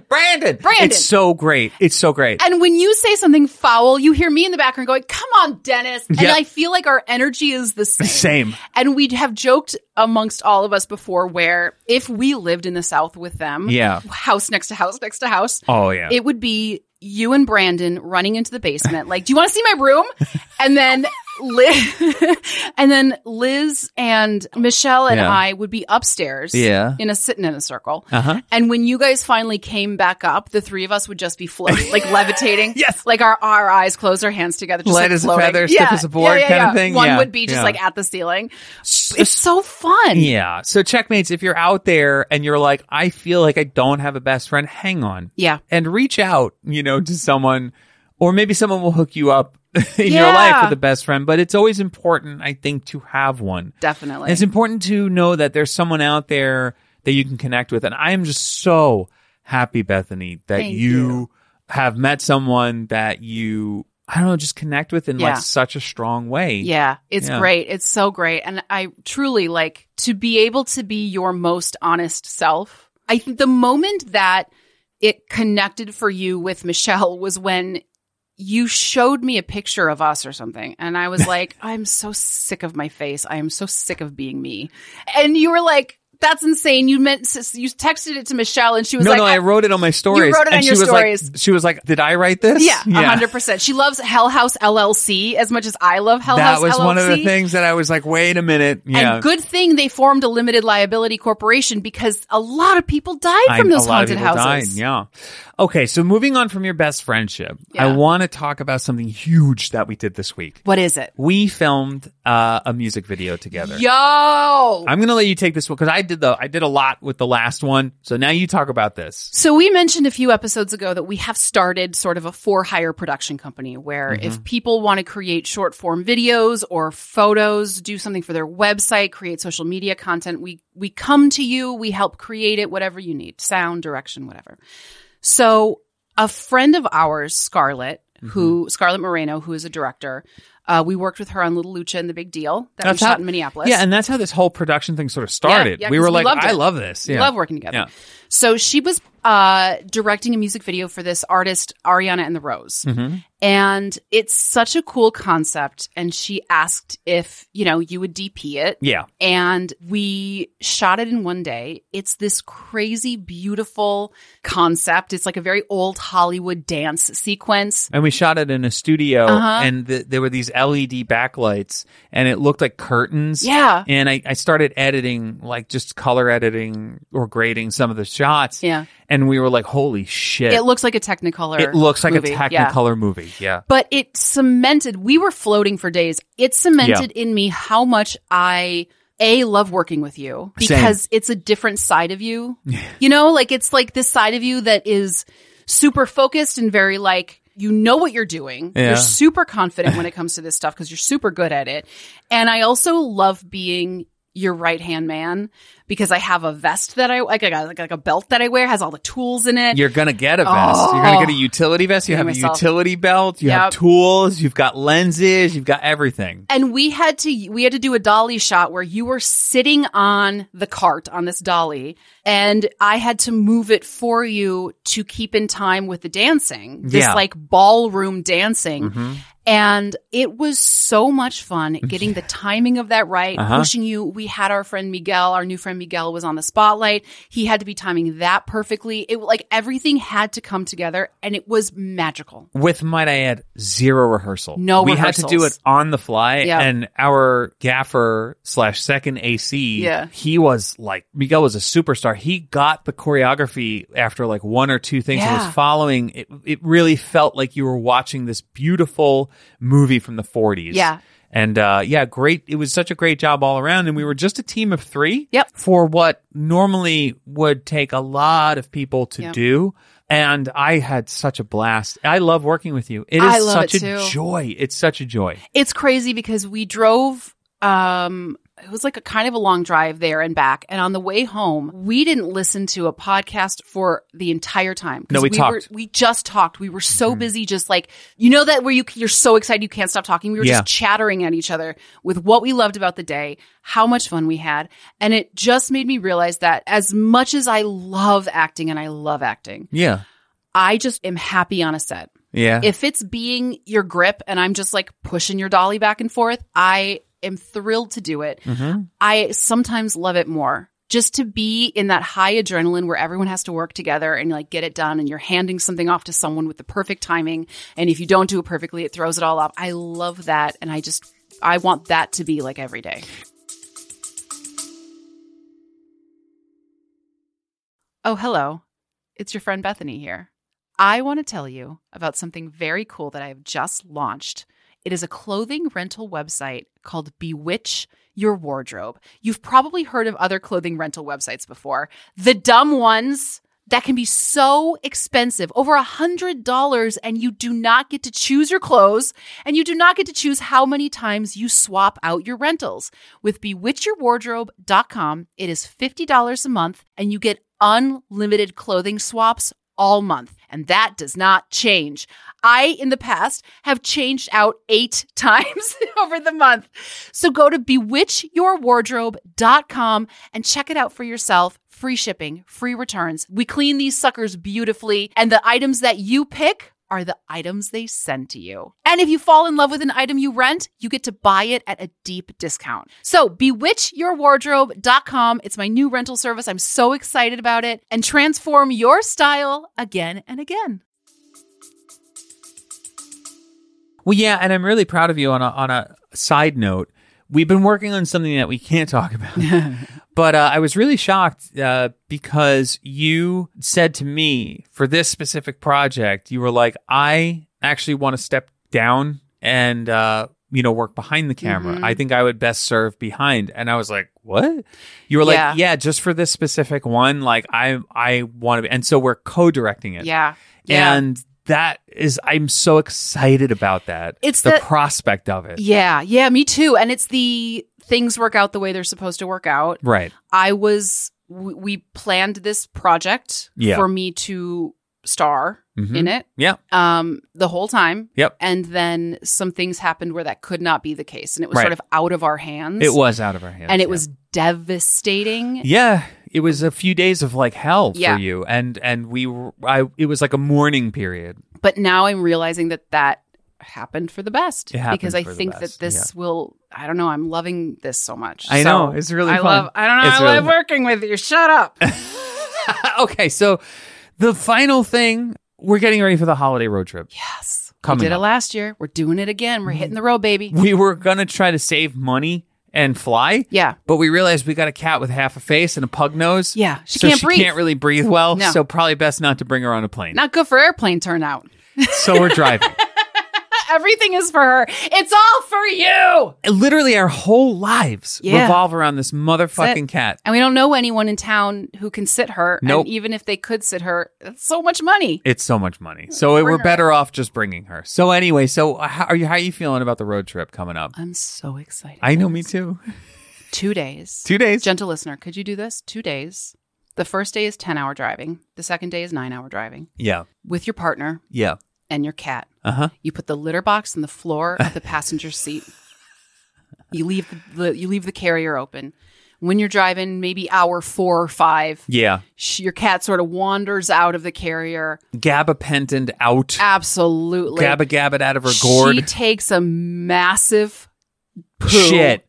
[SPEAKER 1] Brandon.
[SPEAKER 2] Brandon!
[SPEAKER 1] It's so great. It's so great.
[SPEAKER 2] and when you say something foul, you hear me in the background going, come on, Dennis. And
[SPEAKER 1] Yep.
[SPEAKER 2] I feel like our energy is the same.
[SPEAKER 1] Same.
[SPEAKER 2] And we have joked amongst all of us before where if we lived in the South with them,
[SPEAKER 1] Yeah.
[SPEAKER 2] house next to house next to house,
[SPEAKER 1] Oh yeah.
[SPEAKER 2] it would be you and Brandon running into the basement, like, "Do you want to see my room?" And then Liz, and then Liz and Michelle and
[SPEAKER 1] Yeah.
[SPEAKER 2] I would be upstairs,
[SPEAKER 1] Yeah.
[SPEAKER 2] in a sitting in a circle.
[SPEAKER 1] Uh-huh.
[SPEAKER 2] And when you guys finally came back up, the three of us would just be floating, like levitating,
[SPEAKER 1] Yes.
[SPEAKER 2] like our our eyes closed, our hands together, just
[SPEAKER 1] Light
[SPEAKER 2] like
[SPEAKER 1] as a
[SPEAKER 2] floating.
[SPEAKER 1] feather, stiff as a board kind of thing.
[SPEAKER 2] One
[SPEAKER 1] Yeah.
[SPEAKER 2] would be just
[SPEAKER 1] Yeah.
[SPEAKER 2] like at the ceiling. It's so fun.
[SPEAKER 1] yeah. So checkmates, if you're out there and you're like, I feel like I don't have a best friend, hang on.
[SPEAKER 2] Yeah.
[SPEAKER 1] And reach out, you know, to someone or maybe someone will hook you up in your
[SPEAKER 2] Yeah.
[SPEAKER 1] life with a best friend. But it's always important, I think, to have one.
[SPEAKER 2] Definitely.
[SPEAKER 1] And it's important to know that there's someone out there that you can connect with. And I am just so happy, Bethany, that
[SPEAKER 2] Thank
[SPEAKER 1] you,
[SPEAKER 2] you.
[SPEAKER 1] have met someone that you, I don't know, just connect with in
[SPEAKER 2] Yeah.
[SPEAKER 1] like such a strong way.
[SPEAKER 2] Yeah, it's
[SPEAKER 1] Yeah.
[SPEAKER 2] great. It's so great. And I truly like to be able to be your most honest self. I think the moment that it connected for you with Michelle was when you showed me a picture of us or something. And I was like, I'm so sick of my face. I am so sick of being me. And you were like, that's insane. You meant, you texted it to Michelle and she was
[SPEAKER 1] No,
[SPEAKER 2] like,
[SPEAKER 1] no, I
[SPEAKER 2] "I-
[SPEAKER 1] wrote it on my stories.
[SPEAKER 2] wrote it
[SPEAKER 1] and
[SPEAKER 2] on
[SPEAKER 1] she
[SPEAKER 2] your
[SPEAKER 1] was
[SPEAKER 2] stories.
[SPEAKER 1] Like, she was like, Did I write this?
[SPEAKER 2] yeah, 100%. She loves Hell House LLC as much as I love Hell House
[SPEAKER 1] That
[SPEAKER 2] LLC.
[SPEAKER 1] was one of the things that I was like, Wait a minute. Yeah.
[SPEAKER 2] And good thing they formed a limited liability corporation because a lot of people died
[SPEAKER 1] I-
[SPEAKER 2] from those
[SPEAKER 1] a lot
[SPEAKER 2] haunted
[SPEAKER 1] of people
[SPEAKER 2] houses.
[SPEAKER 1] died, yeah. Okay, so moving on from your best friendship,
[SPEAKER 2] Yeah.
[SPEAKER 1] I want to talk about something huge that we did this week.
[SPEAKER 2] What is it?
[SPEAKER 1] We filmed uh, a music video together.
[SPEAKER 2] Yo.
[SPEAKER 1] I'm gonna let you take this one because I did the I did a lot with the last one. So now you talk about this.
[SPEAKER 2] so we mentioned a few episodes ago that we have started sort of a for hire production company where
[SPEAKER 1] Mm-hmm.
[SPEAKER 2] if people want to create short form videos or photos, do something for their website, create social media content, we we come to you, we help create it whatever you need, sound, direction, whatever. So a friend of ours, Scarlett,
[SPEAKER 1] Mm-hmm.
[SPEAKER 2] who Scarlett Moreno, who is a director. Uh, we worked with her on Little Lucha and the Big Deal that
[SPEAKER 1] That's
[SPEAKER 2] we
[SPEAKER 1] how-
[SPEAKER 2] shot in Minneapolis.
[SPEAKER 1] Yeah, and that's how this whole production thing sort of started.
[SPEAKER 2] yeah,
[SPEAKER 1] we
[SPEAKER 2] 'cause
[SPEAKER 1] were
[SPEAKER 2] we
[SPEAKER 1] like,
[SPEAKER 2] loved
[SPEAKER 1] I
[SPEAKER 2] it.
[SPEAKER 1] love this. Yeah.
[SPEAKER 2] love working together.
[SPEAKER 1] Yeah.
[SPEAKER 2] So she was uh, directing a music video for this artist, Ariana and the Rose.
[SPEAKER 1] Mm-hmm.
[SPEAKER 2] And it's such a cool concept. And she asked if, you know, you would DP it.
[SPEAKER 1] yeah.
[SPEAKER 2] And we shot it in one day. It's this crazy, beautiful concept. It's like a very old Hollywood dance sequence.
[SPEAKER 1] And we shot it in a studio,
[SPEAKER 2] Uh-huh.
[SPEAKER 1] and th there were these LED backlights, and it looked like curtains.
[SPEAKER 2] Yeah.
[SPEAKER 1] And I, I started editing, like just color editing or grading some of the shots.
[SPEAKER 2] Yeah.
[SPEAKER 1] And we were like, holy shit.
[SPEAKER 2] It looks like a Technicolor.
[SPEAKER 1] It looks like a
[SPEAKER 2] movie. Yeah.
[SPEAKER 1] Technicolor movie. Yeah.
[SPEAKER 2] but it cemented we were floating for days it cemented in me how much i a love working with you because it's a different side of you you know like it's like this side of you that is super focused and very like you know what you're doing
[SPEAKER 1] Yeah.
[SPEAKER 2] you're super confident when it comes to this stuff because you're super good at it and i also love being your right hand man because i have a vest that i like i got like, like a belt that i wear has all the tools in it
[SPEAKER 1] You're gonna get a vest. You're gonna
[SPEAKER 2] Oh.
[SPEAKER 1] get a utility vest. You have
[SPEAKER 2] Kidding
[SPEAKER 1] a
[SPEAKER 2] myself.
[SPEAKER 1] utility belt. You have
[SPEAKER 2] Yep.
[SPEAKER 1] tools. You've got lenses. You've got everything.
[SPEAKER 2] and we had to we had to do a dolly shot where you were sitting on the cart on this dolly and i had to move it for you to keep in time with the dancing this
[SPEAKER 1] Yeah. Mm-hmm.
[SPEAKER 2] like ballroom dancing and it was so much fun getting the timing of that right
[SPEAKER 1] Uh-huh.
[SPEAKER 2] pushing you we had our friend miguel our new friend miguel was on the spotlight he had to be timing that perfectly it like everything had to come together and it was magical
[SPEAKER 1] With might I add, zero rehearsal.
[SPEAKER 2] No
[SPEAKER 1] we had to do it
[SPEAKER 2] rehearsals.
[SPEAKER 1] on the fly,
[SPEAKER 2] Yeah.
[SPEAKER 1] and our gaffer slash second AC,
[SPEAKER 2] Yeah.
[SPEAKER 1] he was like Miguel was a superstar. He got the choreography after like one or two things that
[SPEAKER 2] Yeah.
[SPEAKER 1] was following. It, it really felt like you were watching this beautiful movie from the 40s.
[SPEAKER 2] Yeah.
[SPEAKER 1] And uh, yeah, great. It was such a great job all around. And we were just a team of three
[SPEAKER 2] Yep.
[SPEAKER 1] for what normally would take a lot of people to
[SPEAKER 2] Yep.
[SPEAKER 1] do. And I had such a blast. I love working with you. It is
[SPEAKER 2] I love
[SPEAKER 1] such
[SPEAKER 2] it
[SPEAKER 1] a
[SPEAKER 2] too.
[SPEAKER 1] joy. It's such a joy.
[SPEAKER 2] it's crazy because we drove um it was like a kind of a long drive there and back and on the way home we didn't listen to a podcast for the entire time 'Cause
[SPEAKER 1] No, we
[SPEAKER 2] were,
[SPEAKER 1] talked. Mm-hmm.
[SPEAKER 2] we just talked we were so busy just like you know that where you you're so excited you can't stop talking we were
[SPEAKER 1] Yeah.
[SPEAKER 2] just chattering at each other with what we loved about the day how much fun we had and it just made me realize that as much as i love acting and i love acting
[SPEAKER 1] Yeah.
[SPEAKER 2] i just am happy on a set
[SPEAKER 1] Yeah.
[SPEAKER 2] if it's being your grip and I'm just like pushing your dolly back and forth, I am thrilled to do it.
[SPEAKER 1] Mhm.
[SPEAKER 2] I sometimes love it more. Just to be in that high adrenaline where everyone has to work together and like get it done and you're handing something off to someone with the perfect timing and if you don't do it perfectly it throws it all off. I love that and I just I want that to be like every day. Oh, hello. It's your friend Bethany here. I want to tell you about something very cool that I have just launched. It is a clothing rental website called Bewitch Your Wardrobe. You've probably heard of other clothing rental websites before. The dumb ones that can be so expensive, over a $100, and you do not get to choose your clothes and you do not get to choose how many times you swap out your rentals. With bewitchyourwardrobe.com, it is $50 a month and you get unlimited clothing swaps all month. And that does not change. I, in the past, have changed out eight times over the month. So go to bewitchyourwardrobe.com and check it out for yourself. Free shipping, free returns. We clean these suckers beautifully, and the items that you pick are the items they send to you. And if you fall in love with an item you rent, you get to buy it at a deep discount. So bewitchyourwardrobe.com. It's my new rental service. I'm so excited about it. And transform your style again and again.
[SPEAKER 1] well, yeah. And I'm really proud of you on a, on a side note. We've been working on something that we can't talk about. But uh, I was really shocked uh, because you said to me for this specific project, you were like, I actually want to step down and, uh, you know, work behind the camera.
[SPEAKER 2] Mhm.
[SPEAKER 1] I think I would best serve behind. And I was like, what? You were
[SPEAKER 2] Yeah.
[SPEAKER 1] like, yeah, just for this specific one, like I, I want to be. And so we're co-directing it.
[SPEAKER 2] Yeah.
[SPEAKER 1] And that is, I'm so excited about that.
[SPEAKER 2] It's
[SPEAKER 1] the
[SPEAKER 2] that-
[SPEAKER 1] prospect of it.
[SPEAKER 2] Yeah. Yeah. Me too. And it's the things work out the way they're supposed to work out.
[SPEAKER 1] Right.
[SPEAKER 2] I was we, we planned this project
[SPEAKER 1] Yeah.
[SPEAKER 2] for me to star
[SPEAKER 1] Mhm.
[SPEAKER 2] in it
[SPEAKER 1] Yeah.
[SPEAKER 2] um, the whole time.
[SPEAKER 1] Yep.
[SPEAKER 2] And then some things happened where that could not be the case. And it was
[SPEAKER 1] Right.
[SPEAKER 2] sort of out of our hands.
[SPEAKER 1] It was out of our hands.
[SPEAKER 2] And it
[SPEAKER 1] yeah.
[SPEAKER 2] was devastating.
[SPEAKER 1] Yeah, it was a few days of like hell
[SPEAKER 2] Yeah.
[SPEAKER 1] for you, and and we, were- I, it was like a mourning period.
[SPEAKER 2] But now I'm realizing that that happened for the best
[SPEAKER 1] It happened
[SPEAKER 2] because I
[SPEAKER 1] for the
[SPEAKER 2] think
[SPEAKER 1] best,
[SPEAKER 2] that this will I don't know I'm loving this so much.
[SPEAKER 1] I
[SPEAKER 2] So
[SPEAKER 1] know it's really.
[SPEAKER 2] I
[SPEAKER 1] fun.
[SPEAKER 2] love I don't know
[SPEAKER 1] It's
[SPEAKER 2] I
[SPEAKER 1] really
[SPEAKER 2] love
[SPEAKER 1] fun.
[SPEAKER 2] working with you. Shut up.
[SPEAKER 1] okay, so the final thing we're getting ready for the holiday road trip.
[SPEAKER 2] yes.
[SPEAKER 1] Coming
[SPEAKER 2] we did
[SPEAKER 1] up. Mm-hmm.
[SPEAKER 2] it last year. We're doing it again. We're hitting the road baby.
[SPEAKER 1] We were gonna try to save money and fly,
[SPEAKER 2] Yeah.
[SPEAKER 1] but we realized we got a cat with half a face and a pug nose.
[SPEAKER 2] Yeah. She
[SPEAKER 1] so
[SPEAKER 2] can't
[SPEAKER 1] she
[SPEAKER 2] breathe.
[SPEAKER 1] can't really breathe well.
[SPEAKER 2] No.
[SPEAKER 1] So probably best not to bring her on a plane.
[SPEAKER 2] Not good for airplane turnout.
[SPEAKER 1] So we're driving.
[SPEAKER 2] Everything is for her. It's all for you.
[SPEAKER 1] Literally, our whole lives
[SPEAKER 2] Yeah.
[SPEAKER 1] revolve around this motherfucking cat.
[SPEAKER 2] And we don't know anyone in town who can sit her.
[SPEAKER 1] Nope.
[SPEAKER 2] And even if they could sit her, that's so much money.
[SPEAKER 1] It's so much money. So we're
[SPEAKER 2] her.
[SPEAKER 1] better off just bringing her. So anyway, so uh, how are you? How are you feeling about the road trip coming up?
[SPEAKER 2] I'm so excited.
[SPEAKER 1] I know, me too.
[SPEAKER 2] Two days.
[SPEAKER 1] Two days.
[SPEAKER 2] Gentle listener, could you do this? Two days. The first day is 10 hour driving, the second day is nine hour driving
[SPEAKER 1] yeah,
[SPEAKER 2] with your partner
[SPEAKER 1] yeah.
[SPEAKER 2] and your cat.
[SPEAKER 1] Uh huh.
[SPEAKER 2] You put the litter box in the floor of the passenger seat. You leave the, the you leave the carrier open. When you're driving, maybe hour four or five,
[SPEAKER 1] Yeah.
[SPEAKER 2] sh- your cat sort of wanders out of the carrier.
[SPEAKER 1] Gabapentined out.
[SPEAKER 2] Absolutely,
[SPEAKER 1] Gabba gabbed out of her
[SPEAKER 2] She
[SPEAKER 1] gourd.
[SPEAKER 2] takes a massive poo,
[SPEAKER 1] Shit.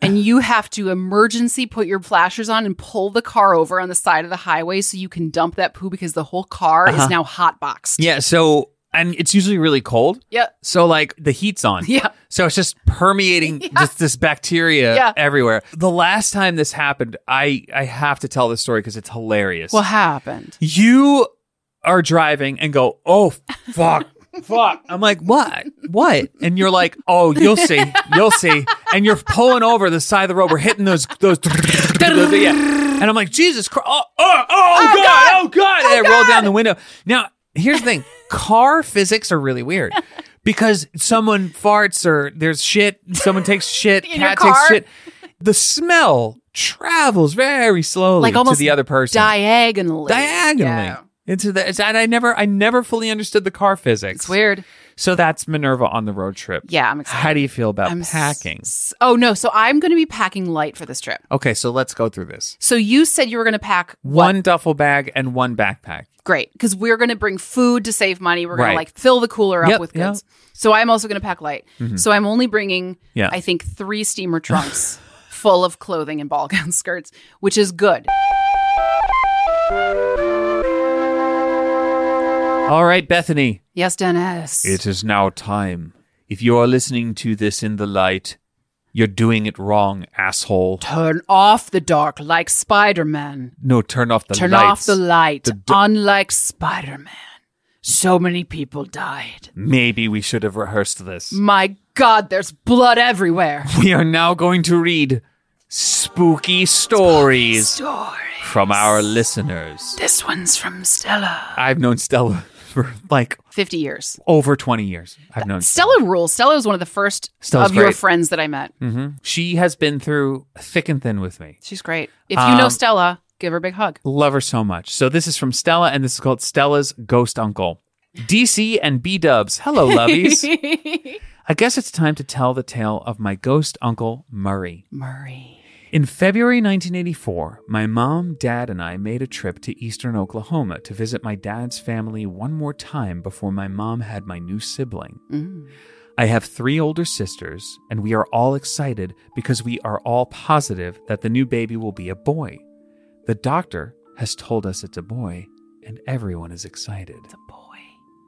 [SPEAKER 2] and you have to emergency put your flashers on and pull the car over on the side of the highway so you can dump that poo because the whole car
[SPEAKER 1] Uh-huh.
[SPEAKER 2] is now hot boxed.
[SPEAKER 1] Yeah. So and it's usually really cold.
[SPEAKER 2] Yeah.
[SPEAKER 1] So like the heat's on.
[SPEAKER 2] Yeah.
[SPEAKER 1] So it's just permeating just this bacteria
[SPEAKER 2] Yeah.
[SPEAKER 1] everywhere. The last time this happened, I I have to tell this story because it's hilarious.
[SPEAKER 2] What happened?
[SPEAKER 1] you are driving and go, oh fuck, fuck. I'm like, what, what? And you're like, oh, you'll see, you'll see. And you're pulling over the side of the road. We're hitting those those. yeah. And I'm like, Jesus Christ! Oh, oh, oh, oh, God, Oh God! And I roll down the window. Now, here's the thing: car physics are really weird because someone farts or there's shit. Someone takes shit.
[SPEAKER 2] In your
[SPEAKER 1] cat takes
[SPEAKER 2] car?
[SPEAKER 1] shit. The smell travels very slowly
[SPEAKER 2] Like almost
[SPEAKER 1] to the other person
[SPEAKER 2] Diagonally.
[SPEAKER 1] diagonally
[SPEAKER 2] Yeah.
[SPEAKER 1] into the it's- and I never I never fully understood the car physics.
[SPEAKER 2] It's weird.
[SPEAKER 1] So that's Minerva on the road trip.
[SPEAKER 2] Yeah, I'm excited.
[SPEAKER 1] How do you feel about
[SPEAKER 2] I'm s-
[SPEAKER 1] packing?
[SPEAKER 2] S- Oh no, so I'm going to be packing light for this trip.
[SPEAKER 1] okay, so let's go through this.
[SPEAKER 2] So you said you were going to pack
[SPEAKER 1] One duffel bag and one backpack.
[SPEAKER 2] great because we're going to bring food to save money. We're going
[SPEAKER 1] Right.
[SPEAKER 2] to like fill the cooler up
[SPEAKER 1] Yep,
[SPEAKER 2] with
[SPEAKER 1] yeah.
[SPEAKER 2] goods. So I'm also going to pack light. So I'm only bringing,
[SPEAKER 1] Yeah.
[SPEAKER 2] I think, three steamer trunks full of clothing and ball gown skirts, which is good.
[SPEAKER 1] All right, Bethany.
[SPEAKER 2] Yes, Dennis.
[SPEAKER 1] It is now time. If you are listening to this in the light, you're doing it wrong, asshole.
[SPEAKER 2] Turn off the dark like Spider Man.
[SPEAKER 1] No, turn off the
[SPEAKER 2] Turn
[SPEAKER 1] lights.
[SPEAKER 2] off the light,
[SPEAKER 1] The d-
[SPEAKER 2] unlike Spider Man. So many people died.
[SPEAKER 1] Maybe we should have rehearsed this.
[SPEAKER 2] My God, there's blood everywhere.
[SPEAKER 1] We are now going to read spooky stories
[SPEAKER 2] Story.
[SPEAKER 1] from our listeners.
[SPEAKER 2] This one's from Stella.
[SPEAKER 1] I've known Stella for like
[SPEAKER 2] 50 years.
[SPEAKER 1] over 20 years. I've known
[SPEAKER 2] Stella rules. Stella was one of the first
[SPEAKER 1] Stella's
[SPEAKER 2] of your
[SPEAKER 1] great.
[SPEAKER 2] friends that I met.
[SPEAKER 1] hmm She has been through thick and thin with me.
[SPEAKER 2] She's great. If you know
[SPEAKER 1] Um,
[SPEAKER 2] Stella, give her a big hug.
[SPEAKER 1] Love her so much. So this is from Stella, and this is called Stella's Ghost Uncle. DC and B Dubs. Hello, lovies. I guess it's time to tell the tale of my ghost uncle, Murray.
[SPEAKER 2] Murray.
[SPEAKER 1] In February 1984, my mom, dad, and I made a trip to eastern Oklahoma to visit my dad's family one more time before my mom had my new sibling.
[SPEAKER 2] Mm.
[SPEAKER 1] I have three older sisters, and we are all excited because we are all positive that the new baby will be a boy. The doctor has told us it's a boy, and everyone is excited.
[SPEAKER 2] It's a boy.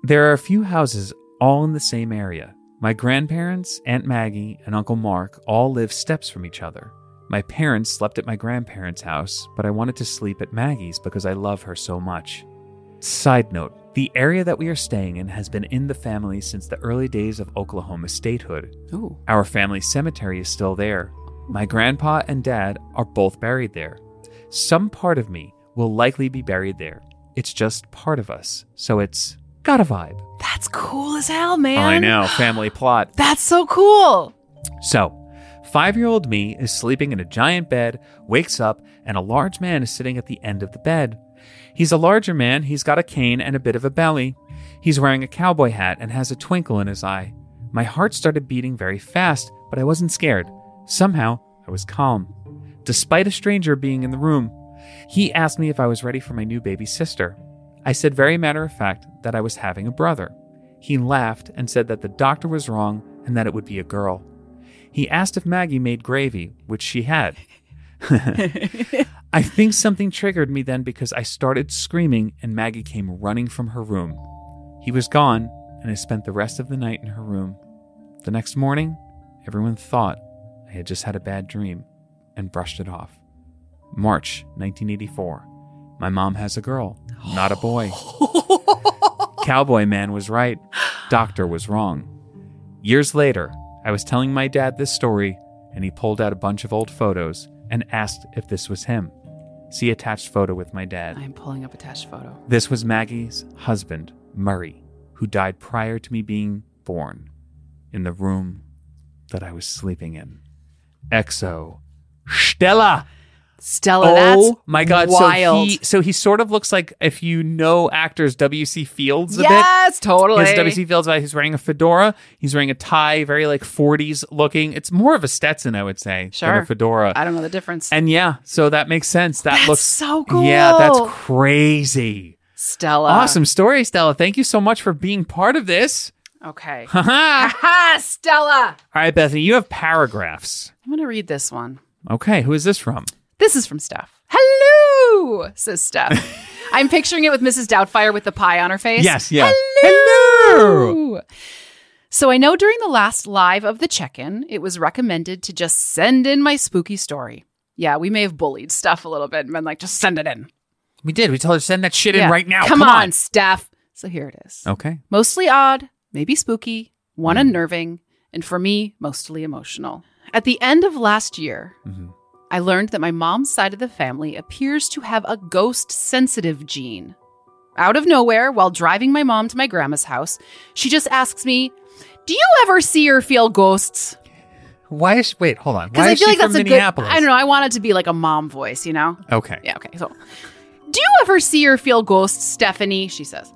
[SPEAKER 1] There are a few houses all in the same area. My grandparents, Aunt Maggie, and Uncle Mark all live steps from each other. My parents slept at my grandparents' house, but I wanted to sleep at Maggie's because I love her so much. Side note the area that we are staying in has been in the family since the early days of Oklahoma statehood.
[SPEAKER 2] Ooh.
[SPEAKER 1] Our family cemetery is still there. My grandpa and dad are both buried there. Some part of me will likely be buried there. It's just part of us, so it's got a vibe.
[SPEAKER 2] That's cool as hell, man.
[SPEAKER 1] Oh, family plot.
[SPEAKER 2] That's so cool.
[SPEAKER 1] So, five year old me is sleeping in a giant bed, wakes up, and a large man is sitting at the end of the bed. He's a larger man, he's got a cane and a bit of a belly. He's wearing a cowboy hat and has a twinkle in his eye. My heart started beating very fast, but I wasn't scared. Somehow, I was calm, despite a stranger being in the room. He asked me if I was ready for my new baby sister. I said, very matter of fact, that I was having a brother. He laughed and said that the doctor was wrong and that it would be a girl. He asked if Maggie made gravy, which she had. I think something triggered me then because I started screaming and Maggie came running from her room. He was gone, and I spent the rest of the night in her room. The next morning, everyone thought I had just had a bad dream and brushed it off. March 1984. My mom has a girl, not a boy. Cowboy man was right, doctor was wrong. Years later, I was telling my dad this story, and he pulled out a bunch of old photos and asked if this was him. See attached photo with my dad.
[SPEAKER 2] I'm pulling up a test photo.
[SPEAKER 1] This was Maggie's husband, Murray, who died prior to me being born in the room that I was sleeping in. Exo. Stella!
[SPEAKER 2] Stella, that's
[SPEAKER 1] oh my god! So
[SPEAKER 2] wild.
[SPEAKER 1] he, so he sort of looks like if you know actors W. C. Fields a bit.
[SPEAKER 2] yes, totally.
[SPEAKER 1] His W. C. Fields, uh, he's wearing a fedora. He's wearing a tie, very like '40s looking. It's more of a Stetson, I would say, than
[SPEAKER 2] Sure.
[SPEAKER 1] a fedora.
[SPEAKER 2] I don't know the difference.
[SPEAKER 1] and yeah, so that makes sense. That
[SPEAKER 2] that's
[SPEAKER 1] looks
[SPEAKER 2] so cool.
[SPEAKER 1] Yeah, that's crazy.
[SPEAKER 2] Stella.
[SPEAKER 1] awesome story, Stella. Thank you so much for being part of this.
[SPEAKER 2] Okay.
[SPEAKER 1] Ha ha!
[SPEAKER 2] Aha, Stella.
[SPEAKER 1] All right, Bethany, you have paragraphs.
[SPEAKER 2] I'm going to read this one.
[SPEAKER 1] Okay, who is this from?
[SPEAKER 2] This is from Steph. Hello, says Steph. I'm picturing it with Mrs. Doubtfire with the pie on her face.
[SPEAKER 1] Yes, yeah. Hello.
[SPEAKER 2] Ooh. So I know during the last live of the check in, it was recommended to just send in my spooky story. Yeah, we may have bullied Steph a little bit and been like, just send it in.
[SPEAKER 1] We did. We told her to send that shit in
[SPEAKER 2] Yeah.
[SPEAKER 1] right now.
[SPEAKER 2] Come, on, Steph. So here it is.
[SPEAKER 1] Okay.
[SPEAKER 2] Mostly odd, maybe spooky, one
[SPEAKER 1] Hmm.
[SPEAKER 2] unnerving, and for me, mostly emotional. At the end of last year,
[SPEAKER 1] Mhm.
[SPEAKER 2] I learned that my mom's side of the family appears to have a ghost sensitive gene. Out of nowhere, while driving my mom to my grandma's house, she just asks me, Do you ever see or feel ghosts?
[SPEAKER 1] Why is wait? Hold on.
[SPEAKER 2] Because
[SPEAKER 1] Why
[SPEAKER 2] I
[SPEAKER 1] is
[SPEAKER 2] feel
[SPEAKER 1] she
[SPEAKER 2] like
[SPEAKER 1] from
[SPEAKER 2] that's a good.
[SPEAKER 1] Minneapolis?
[SPEAKER 2] I don't know. I want it to be like a mom voice, you know?
[SPEAKER 1] Okay.
[SPEAKER 2] Yeah, okay. So, do you ever see or feel ghosts, Stephanie? She says.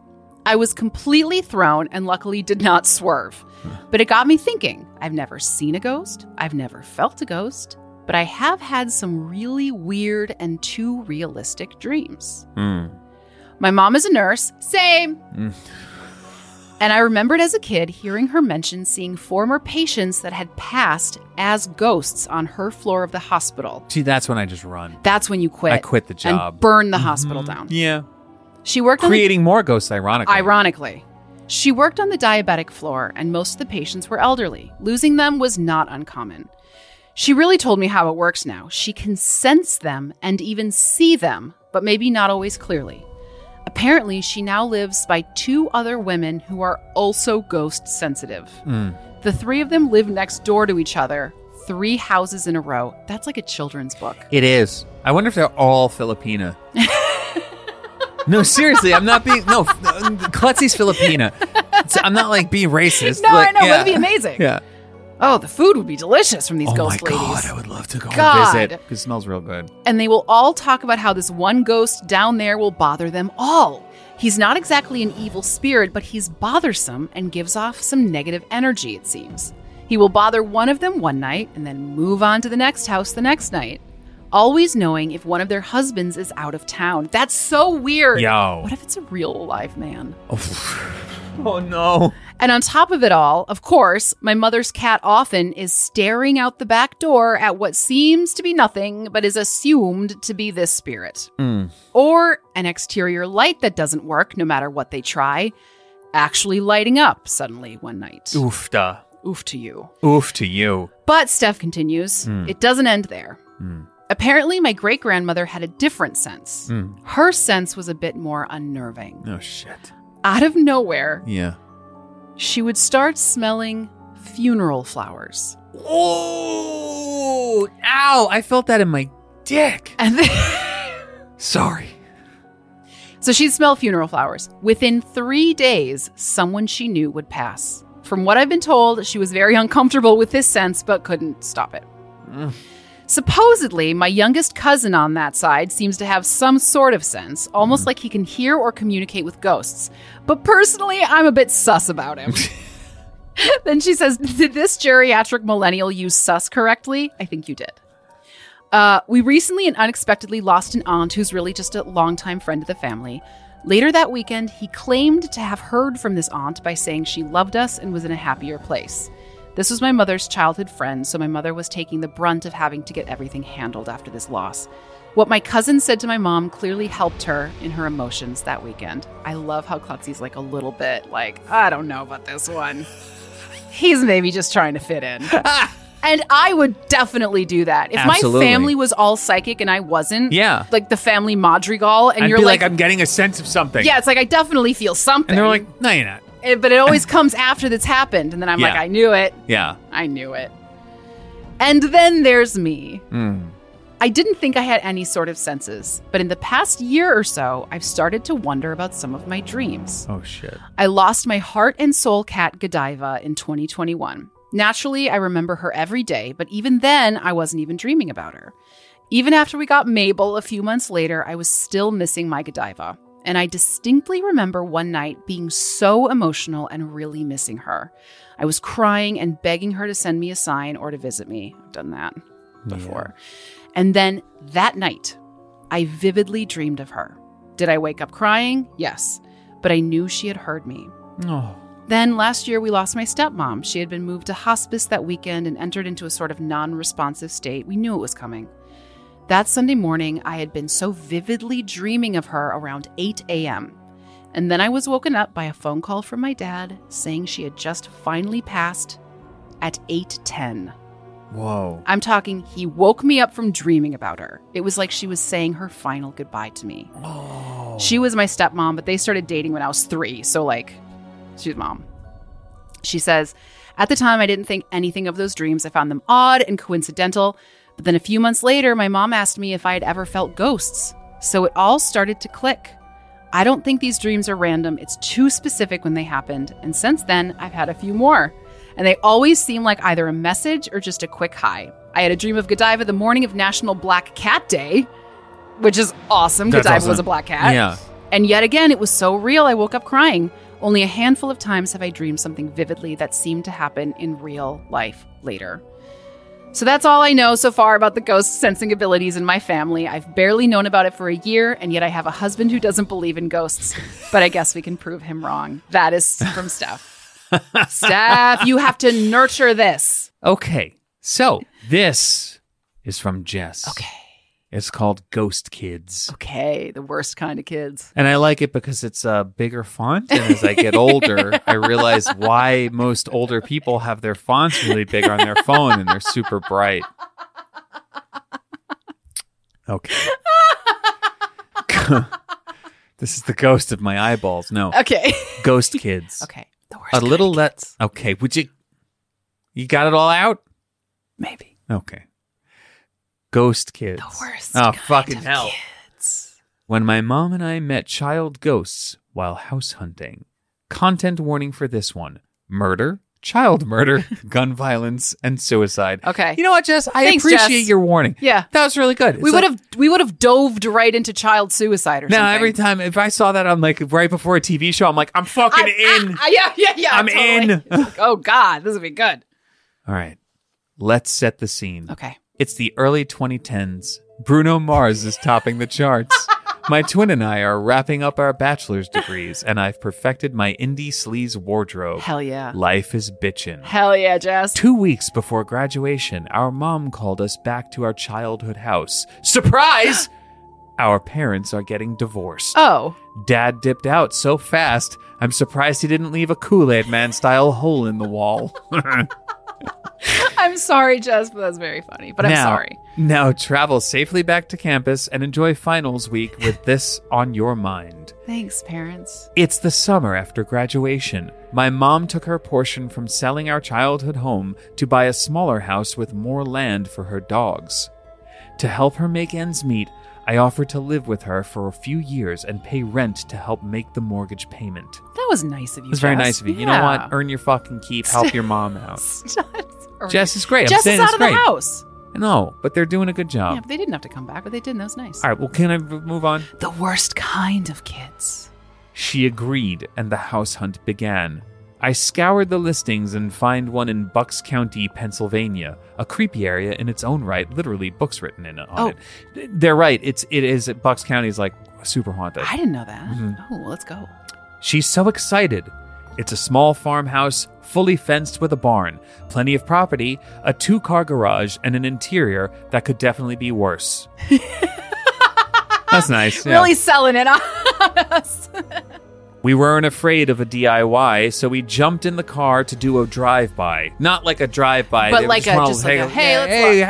[SPEAKER 2] I was completely thrown and luckily did not swerve. But it got me thinking. I've never seen a ghost, I've never felt a ghost, but I have had some really weird and too realistic dreams.
[SPEAKER 1] Mm.
[SPEAKER 2] My mom is a nurse, same.
[SPEAKER 1] Mm.
[SPEAKER 2] And I remembered as a kid hearing her mention seeing former patients that had passed as ghosts on her floor of the hospital.
[SPEAKER 1] See, that's when I just run. Mm-hmm.
[SPEAKER 2] That's when you quit.
[SPEAKER 1] I quit the
[SPEAKER 2] And
[SPEAKER 1] job.
[SPEAKER 2] burn the hospital down.
[SPEAKER 1] Yeah.
[SPEAKER 2] She worked on the
[SPEAKER 1] Creating more ghosts, ironically.
[SPEAKER 2] Ironically, she worked on the diabetic floor, and most of the patients were elderly. Losing them was not uncommon. She really told me how it works now. She can sense them and even see them, but maybe not always clearly. Apparently, she now lives by two other women who are also ghost sensitive.
[SPEAKER 1] Mm.
[SPEAKER 2] The three of them live next door to each other, three houses in a row. That's like a children's book.
[SPEAKER 1] It is. I wonder if they're all Filipina. no, seriously, I'm not being. No, f- Klutzy's Filipina. It's- I'm not like being racist.
[SPEAKER 2] No,
[SPEAKER 1] Like,
[SPEAKER 2] I know.
[SPEAKER 1] Yeah.
[SPEAKER 2] That'd be amazing.
[SPEAKER 1] Yeah.
[SPEAKER 2] Oh, the food would be delicious from these
[SPEAKER 1] oh
[SPEAKER 2] ghost
[SPEAKER 1] my
[SPEAKER 2] ladies.
[SPEAKER 1] god, I would love to go
[SPEAKER 2] God.
[SPEAKER 1] and visit. 'cause It smells real good.
[SPEAKER 2] and they will all talk about how this one ghost down there will bother them all. He's not exactly an evil spirit, but he's bothersome and gives off some negative energy, it seems. He will bother one of them one night and then move on to the next house the next night, always knowing if one of their husbands is out of town. That's so weird.
[SPEAKER 1] Yo.
[SPEAKER 2] What if it's a real live man?
[SPEAKER 1] oh no.
[SPEAKER 2] And on top of it all, of course, my mother's cat often is staring out the back door at what seems to be nothing but is assumed to be this spirit.
[SPEAKER 1] Mm.
[SPEAKER 2] Or an exterior light that doesn't work no matter what they try, actually lighting up suddenly one night.
[SPEAKER 1] Oof da.
[SPEAKER 2] Oof to you.
[SPEAKER 1] Oof to you.
[SPEAKER 2] But Steph continues, it doesn't end there.
[SPEAKER 1] Mm.
[SPEAKER 2] Apparently, my great grandmother had a different sense.
[SPEAKER 1] Mm.
[SPEAKER 2] Her sense was a bit more unnerving.
[SPEAKER 1] Oh shit.
[SPEAKER 2] Out of nowhere,
[SPEAKER 1] Yeah.
[SPEAKER 2] she would start smelling funeral flowers.
[SPEAKER 1] Oh, ow! I felt that in my dick.
[SPEAKER 2] And then,
[SPEAKER 1] Sorry.
[SPEAKER 2] so she'd smell funeral flowers. Within three days, someone she knew would pass. From what I've been told, she was very uncomfortable with this sense, but couldn't stop it. Supposedly, my youngest cousin on that side seems to have some sort of sense, almost like he can hear or communicate with ghosts. But personally, I'm a bit sus about him. then she says, Did this geriatric millennial use sus correctly? I think you did. Uh, we recently and unexpectedly lost an aunt who's really just a longtime friend of the family. Later that weekend, he claimed to have heard from this aunt by saying she loved us and was in a happier place. This was my mother's childhood friend, so my mother was taking the brunt of having to get everything handled after this loss. What my cousin said to my mom clearly helped her in her emotions that weekend. I love how Klutzy's like a little bit like, I don't know about this one. He's maybe just trying to fit in. and I would definitely do that. If
[SPEAKER 1] Absolutely.
[SPEAKER 2] my family was all psychic and I wasn't,
[SPEAKER 1] Yeah.
[SPEAKER 2] like the family Madrigal, and
[SPEAKER 1] I'd
[SPEAKER 2] you're
[SPEAKER 1] be
[SPEAKER 2] like,
[SPEAKER 1] like, I'm getting a sense of something.
[SPEAKER 2] yeah, it's like I definitely feel something.
[SPEAKER 1] And they're like, no, you're not.
[SPEAKER 2] Eh, but it always comes after that's happened. And then I'm
[SPEAKER 1] Yeah.
[SPEAKER 2] like, I knew it.
[SPEAKER 1] Yeah.
[SPEAKER 2] I knew it. And then there's me.
[SPEAKER 1] Mm.
[SPEAKER 2] I didn't think I had any sort of senses, but in the past year or so, I've started to wonder about some of my dreams.
[SPEAKER 1] Oh, shit.
[SPEAKER 2] I lost my heart and soul cat Godiva in 2021. Naturally, I remember her every day, but even then, I wasn't even dreaming about her. Even after we got Mabel a few months later, I was still missing my Godiva. And I distinctly remember one night being so emotional and really missing her. I was crying and begging her to send me a sign or to visit me. I've done that before. And then that night, I vividly dreamed of her. Did I wake up crying? Yes. But I knew she had heard me.
[SPEAKER 1] Oh.
[SPEAKER 2] Then last year, we lost my stepmom. She had been moved to hospice that weekend and entered into a sort of non responsive state. We knew it was coming. That Sunday morning, I had been so vividly dreaming of her around 8 a.m. And then I was woken up by a phone call from my dad saying she had just finally passed at 8:10.
[SPEAKER 1] Whoa.
[SPEAKER 2] I'm talking he woke me up from dreaming about her. It was like she was saying her final goodbye to me.
[SPEAKER 1] Oh.
[SPEAKER 2] She was my stepmom, but they started dating when I was three. So, like, she's mom. She says, At the time, I didn't think anything of those dreams. I found them odd and coincidental. But then a few months later, my mom asked me if I had ever felt ghosts. So it all started to click. I don't think these dreams are random. It's too specific when they happened. And since then, I've had a few more. And they always seem like either a message or just a quick hi. I had a dream of Godiva the morning of National Black Cat Day, which is awesome.
[SPEAKER 1] That's
[SPEAKER 2] Godiva
[SPEAKER 1] awesome.
[SPEAKER 2] was a black cat.
[SPEAKER 1] Yeah.
[SPEAKER 2] And yet again, it was so real, I woke up crying. Only a handful of times have I dreamed something vividly that seemed to happen in real life later. So that's all I know so far about the ghost sensing abilities in my family. I've barely known about it for a year, and yet I have a husband who doesn't believe in ghosts, but I guess we can prove him wrong. That is from Steph. Steph, you have to nurture this.
[SPEAKER 1] Okay. So this is from Jess.
[SPEAKER 2] Okay.
[SPEAKER 1] It's called Ghost Kids.
[SPEAKER 2] Okay, the worst kind of kids.
[SPEAKER 1] And I like it because it's a bigger font. And as I get older, I realize why most older people have their fonts really big on their phone and they're super bright. Okay. this is the ghost of my eyeballs. No,
[SPEAKER 2] Okay.
[SPEAKER 1] ghost kids.
[SPEAKER 2] Okay. The worst.
[SPEAKER 1] A
[SPEAKER 2] kind
[SPEAKER 1] little
[SPEAKER 2] of
[SPEAKER 1] let.
[SPEAKER 2] kids.
[SPEAKER 1] Okay. Would you? You got it all out?
[SPEAKER 2] Maybe.
[SPEAKER 1] Okay. Ghost kids.
[SPEAKER 2] The worst.
[SPEAKER 1] Oh,
[SPEAKER 2] kind
[SPEAKER 1] fucking
[SPEAKER 2] of
[SPEAKER 1] hell.
[SPEAKER 2] Kids.
[SPEAKER 1] When my mom and I met child ghosts while house hunting. Content warning for this one murder, child murder, gun violence, and suicide.
[SPEAKER 2] Okay.
[SPEAKER 1] You know what, Jess? I
[SPEAKER 2] Thanks,
[SPEAKER 1] appreciate
[SPEAKER 2] Jess.
[SPEAKER 1] your warning.
[SPEAKER 2] Yeah.
[SPEAKER 1] That was really good.
[SPEAKER 2] we would have we would have doved right into child suicide or something.
[SPEAKER 1] Now, every time, if I saw that on like right before a TV show, I'm like, I'm fucking
[SPEAKER 2] I-
[SPEAKER 1] in.
[SPEAKER 2] I- I- yeah, yeah, yeah.
[SPEAKER 1] I'm
[SPEAKER 2] totally.
[SPEAKER 1] in.
[SPEAKER 2] It's like, oh God, this would be good.
[SPEAKER 1] All right. Let's set the scene.
[SPEAKER 2] Okay.
[SPEAKER 1] It's the early 2010s. Bruno Mars is topping the charts. My twin and I are wrapping up our bachelor's degrees, and I've perfected my indie sleaze wardrobe.
[SPEAKER 2] Hell yeah.
[SPEAKER 1] Life is bitchin'.
[SPEAKER 2] Hell yeah, Jess.
[SPEAKER 1] Two weeks before graduation, our mom called us back to our childhood house. Surprise! our parents are getting divorced.
[SPEAKER 2] Oh.
[SPEAKER 1] Dad dipped out so fast, I'm surprised he didn't leave a Kool Aid Man style hole in the wall.
[SPEAKER 2] I'm sorry, Jess, but that's very funny. But I'm
[SPEAKER 1] now,
[SPEAKER 2] sorry.
[SPEAKER 1] Now travel safely back to campus and enjoy finals week with this on your mind.
[SPEAKER 2] Thanks, parents.
[SPEAKER 1] It's the summer after graduation. My mom took her portion from selling our childhood home to buy a smaller house with more land for her dogs. To help her make ends meet, I offered to live with her for a few years and pay rent to help make the mortgage payment.
[SPEAKER 2] That was nice of
[SPEAKER 1] It
[SPEAKER 2] you.
[SPEAKER 1] was very
[SPEAKER 2] Jess.
[SPEAKER 1] nice of you. You know
[SPEAKER 2] Yeah.
[SPEAKER 1] what? Earn your fucking keep. Help your mom out.
[SPEAKER 2] Stop.
[SPEAKER 1] Jess is great. I'm
[SPEAKER 2] Jess
[SPEAKER 1] saying
[SPEAKER 2] is out
[SPEAKER 1] it's
[SPEAKER 2] of the
[SPEAKER 1] great.
[SPEAKER 2] house.
[SPEAKER 1] No, but they're doing a good job.
[SPEAKER 2] Yeah, but they didn't have to come back, but they did. And that was nice.
[SPEAKER 1] All right, well, can I m- move on?
[SPEAKER 2] The worst kind of kids.
[SPEAKER 1] She agreed, and the house hunt began. I scoured the listings and find one in Bucks County, Pennsylvania, a creepy area in its own right. Literally, books written in it. On
[SPEAKER 2] Oh.
[SPEAKER 1] it. They're right. It's it is Bucks County is like super haunted.
[SPEAKER 2] I didn't know that.
[SPEAKER 1] Mhm.
[SPEAKER 2] Oh, well, let's go.
[SPEAKER 1] She's so excited. It's a small farmhouse, fully fenced with a barn, plenty of property, a two car garage, and an interior that could definitely be worse. That's nice. yeah.
[SPEAKER 2] Really selling it on us.
[SPEAKER 1] We weren't afraid of a DIY, so we jumped in the car to do a drive by. Not like a drive by,
[SPEAKER 2] But like a- just like a, "Hey,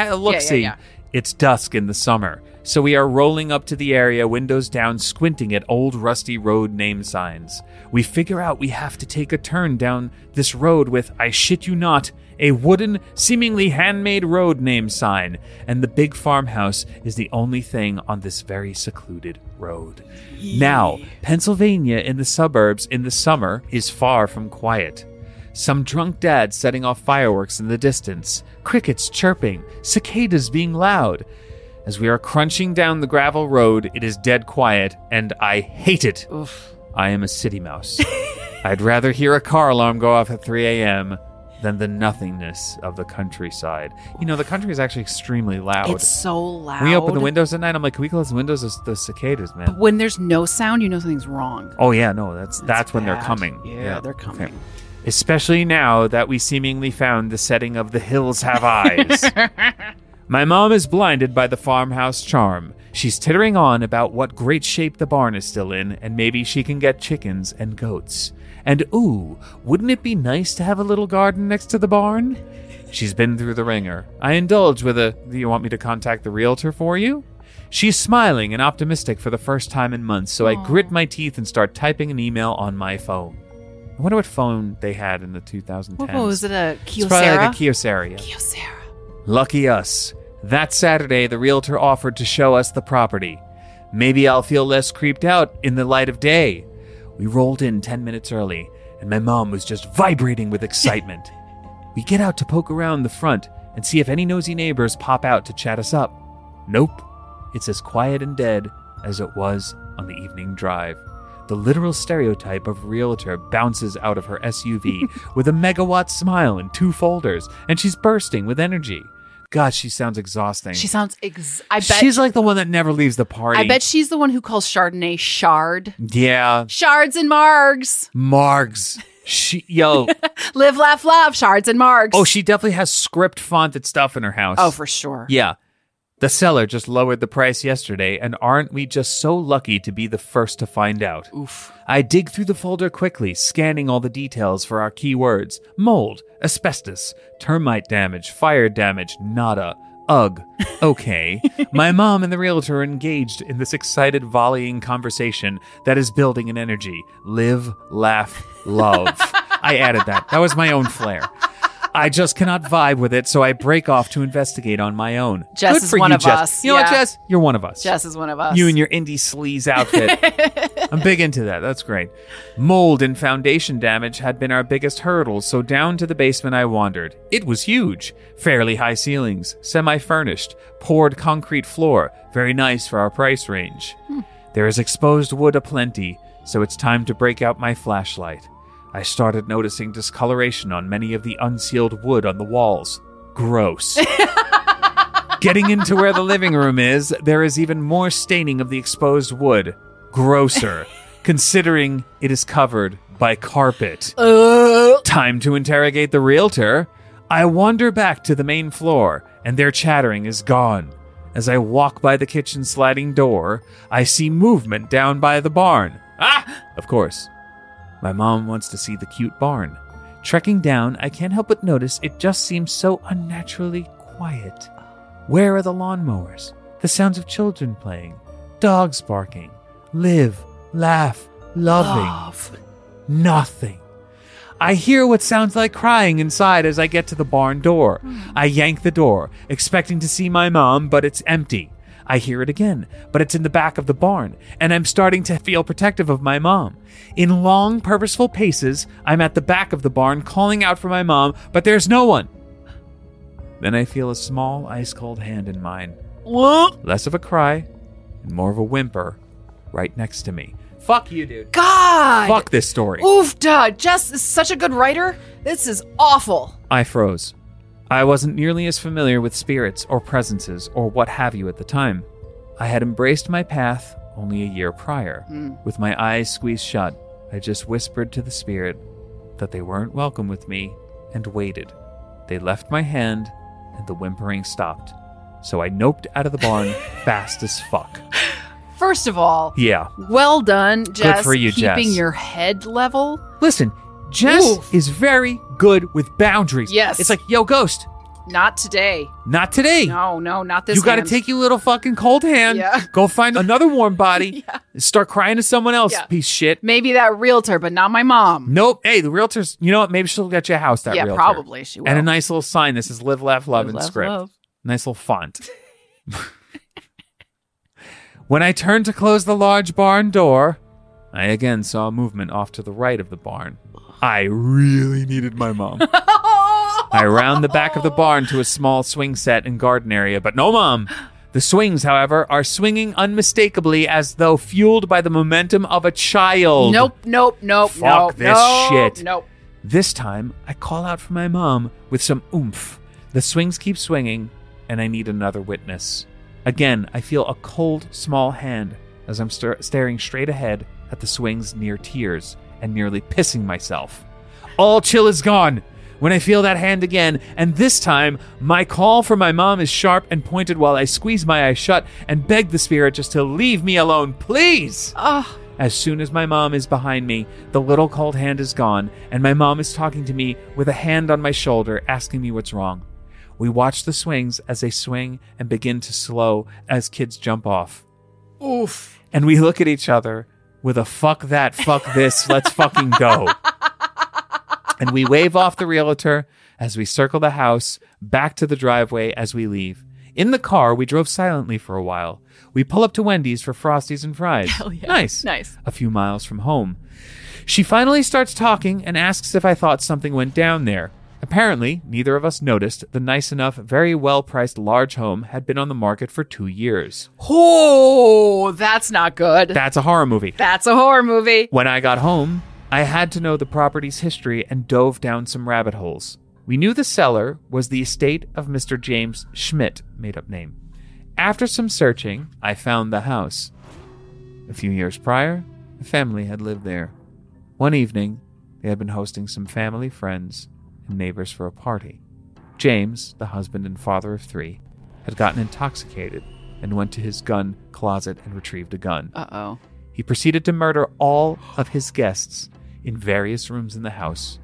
[SPEAKER 2] let's look."
[SPEAKER 1] look see.
[SPEAKER 2] Yeah, yeah,
[SPEAKER 1] It's dusk in the summer, so we are rolling up to the area, windows down, squinting at old rusty road name signs. We figure out we have to take a turn down this road with, I shit you not, a wooden, seemingly handmade road name sign, and the big farmhouse is the only thing on this very secluded road. Now, Pennsylvania in the suburbs in the summer is far from quiet. Some drunk dad setting off fireworks in the distance, crickets chirping, cicadas being loud. As we are crunching down the gravel road, it is dead quiet, and I hate it. I am a city mouse. I'd rather hear a car alarm go off at 3 a.m. than the nothingness of the countryside. You know, the country is actually extremely loud.
[SPEAKER 2] It's so loud.
[SPEAKER 1] When we open the windows at night, I'm like, can we close the windows? Those, those cicadas, man.
[SPEAKER 2] But when there's no sound, you know something's wrong.
[SPEAKER 1] Oh yeah, no, that's that's, when they're
[SPEAKER 2] bad.
[SPEAKER 1] coming.
[SPEAKER 2] Yeah, they're coming.
[SPEAKER 1] Especially now that we seemingly found the setting of the hills have eyes. My mom is blinded by the farmhouse charm. She's tittering on about what great shape the barn is still in, and maybe she can get chickens and goats. And ooh, wouldn't it be nice to have a little garden next to the barn? She's been through the ringer. I indulge with a, do you want me to contact the realtor for you? She's smiling and optimistic for the first time in months, so I grit my teeth and start typing an email on my phone. I wonder what phone they had in the 2010s.
[SPEAKER 2] What, what was it? A
[SPEAKER 1] It's probably
[SPEAKER 2] Kyocera?
[SPEAKER 1] like a Kyocera. yeah.
[SPEAKER 2] Kyocera.
[SPEAKER 1] Lucky us. That Saturday, the realtor offered to show us the property. Maybe I'll feel less creeped out in the light of day. We rolled in 10 minutes early, and my mom was just vibrating with excitement. we get out to poke around the front and see if any nosy neighbors pop out to chat us up. Nope. It's as quiet and dead as it was on the evening drive. The literal stereotype of realtor bounces out of her SUV with a megawatt smile and two folders, and she's bursting with energy. God, she sounds exhausting.
[SPEAKER 2] She sounds ex. I bet.
[SPEAKER 1] she's like the one that never leaves the party.
[SPEAKER 2] I bet she's the one who calls Chardonnay shard.
[SPEAKER 1] yeah,
[SPEAKER 2] Shards and margs.
[SPEAKER 1] Margs. She yo.
[SPEAKER 2] Live, laugh, love. Shards and margs.
[SPEAKER 1] oh, she definitely has script fonted stuff in her house.
[SPEAKER 2] Oh, for sure.
[SPEAKER 1] Yeah. The seller just lowered the price yesterday, and aren't we just so lucky to be the first to find out?
[SPEAKER 2] Oof.
[SPEAKER 1] I dig through the folder quickly, scanning all the details for our keywords mold, asbestos, termite damage, fire damage, nada. Ugh. Okay. My mom and the realtor are engaged in this excited volleying conversation that is building an energy. Live, laugh, love. I added that. That was my own flair. I just cannot vibe with it, so I break off to investigate on my own.
[SPEAKER 2] Jess
[SPEAKER 1] Good
[SPEAKER 2] is
[SPEAKER 1] for
[SPEAKER 2] one
[SPEAKER 1] you,
[SPEAKER 2] of
[SPEAKER 1] Jess.
[SPEAKER 2] us.
[SPEAKER 1] You know what,
[SPEAKER 2] Yeah.
[SPEAKER 1] Jess? You're one of us.
[SPEAKER 2] Jess is one of us.
[SPEAKER 1] You and your indie sleaze outfit. I'm big into that. That's great. Mold and foundation damage had been our biggest hurdles, so down to the basement I wandered. It was huge. Fairly high ceilings, semi furnished, poured concrete floor. Very nice for our price range. There is exposed wood aplenty, so it's time to break out my flashlight. I started noticing discoloration on many of the unsealed wood on the walls. Gross. Getting into where the living room is, there is even more staining of the exposed wood. Grosser, considering it is covered by carpet.
[SPEAKER 2] Uh,
[SPEAKER 1] Time to interrogate the realtor. I wander back to the main floor, and their chattering is gone. As I walk by the kitchen sliding door, I see movement down by the barn. Ah! Of course. My mom wants to see the cute barn. Trekking down, I can't help but notice it just seems so unnaturally quiet. Where are the lawnmowers? The sounds of children playing, dogs barking, live, laugh, loving
[SPEAKER 2] love.
[SPEAKER 1] nothing. I hear what sounds like crying inside as I get to the barn door. I yank the door, expecting to see my mom, but it's empty. I hear it again, but it's in the back of the barn, and I'm starting to feel protective of my mom. In long, purposeful paces, I'm at the back of the barn calling out for my mom, but there's no one. Then I feel a small, ice cold hand in mine.
[SPEAKER 2] Whoa.
[SPEAKER 1] Less of a cry and more of a whimper right next to me. Fuck you, dude.
[SPEAKER 2] God.
[SPEAKER 1] Fuck this story.
[SPEAKER 2] Oof, duh. Jess is such a good writer. This is awful.
[SPEAKER 1] I froze. I wasn't nearly as familiar with spirits or presences or what have you at the time. I had embraced my path only a year prior.
[SPEAKER 2] Hmm.
[SPEAKER 1] With my eyes squeezed shut, I just whispered to the spirit that they weren't welcome with me and waited. They left my hand and the whimpering stopped. So I noped out of the barn fast as fuck.
[SPEAKER 2] First of all,
[SPEAKER 1] Yeah.
[SPEAKER 2] well done, Jess.
[SPEAKER 1] for you,
[SPEAKER 2] Keeping
[SPEAKER 1] Jess.
[SPEAKER 2] your head level.
[SPEAKER 1] Listen, Jess
[SPEAKER 2] Oof.
[SPEAKER 1] is very good with boundaries.
[SPEAKER 2] Yes.
[SPEAKER 1] It's like, yo, ghost,
[SPEAKER 2] Not today.
[SPEAKER 1] not today.
[SPEAKER 2] No, no, not this.
[SPEAKER 1] you got to
[SPEAKER 2] hand.
[SPEAKER 1] take your little fucking cold hand,
[SPEAKER 2] Yeah.
[SPEAKER 1] go find another warm body, and start crying to someone else,
[SPEAKER 2] Yeah.
[SPEAKER 1] piece of shit.
[SPEAKER 2] maybe that realtor, but not my mom.
[SPEAKER 1] Nope. Hey, the realtor's, you know what? Maybe she'll get you a house that
[SPEAKER 2] yeah,
[SPEAKER 1] realtor.
[SPEAKER 2] probably she will.
[SPEAKER 1] And a nice little sign that says live, laugh, love,
[SPEAKER 2] Live,
[SPEAKER 1] and
[SPEAKER 2] laugh,
[SPEAKER 1] script.
[SPEAKER 2] love.
[SPEAKER 1] Nice little font. when I turned to close the large barn door, I again saw movement off to the right of the barn. I really needed my mom. I round the back of the barn to a small swing set and garden area, but no mom. The swings, however, are swinging unmistakably as though fueled by the momentum of a child.
[SPEAKER 2] Nope, nope, nope,
[SPEAKER 1] Fuck
[SPEAKER 2] nope.
[SPEAKER 1] this
[SPEAKER 2] nope,
[SPEAKER 1] shit.
[SPEAKER 2] Nope.
[SPEAKER 1] This time, I call out for my mom with some oomph. The swings keep swinging, and I need another witness. Again, I feel a cold, small hand as I'm star- staring straight ahead at the swings near tears and nearly pissing myself. All chill is gone when I feel that hand again, and this time, my call for my mom is sharp and pointed while I squeeze my eyes shut and beg the spirit just to leave me alone, please!
[SPEAKER 2] Ah,
[SPEAKER 1] As soon as my mom is behind me, the little cold hand is gone, and my mom is talking to me with a hand on my shoulder, asking me what's wrong. We watch the swings as they swing and begin to slow as kids jump off.
[SPEAKER 2] oof.
[SPEAKER 1] And we look at each other with a fuck that, fuck this, let's fucking go. And we wave off the realtor as we circle the house back to the driveway as we leave. In the car, we drove silently for a while. We pull up to Wendy's for Frosties and fries. Nice
[SPEAKER 2] Nice.
[SPEAKER 1] a few miles from home. She finally starts talking and asks if I thought something went down there. Apparently, neither of us noticed the nice enough, very well priced large home had been on the market for two years.
[SPEAKER 2] Oh, that's not good.
[SPEAKER 1] That's a horror movie.
[SPEAKER 2] that's a horror movie.
[SPEAKER 1] When I got home, I had to know the property's history and dove down some rabbit holes. We knew the seller was the estate of Mr. James Schmidt, made up name. After some searching, I found the house. A few years prior, the family had lived there. One evening, they had been hosting some family, friends, and neighbors for a party. James, the husband and father of three, had gotten intoxicated and went to his gun closet and retrieved a gun.
[SPEAKER 2] Uh oh.
[SPEAKER 1] He proceeded to murder all of his guests in various rooms in the house,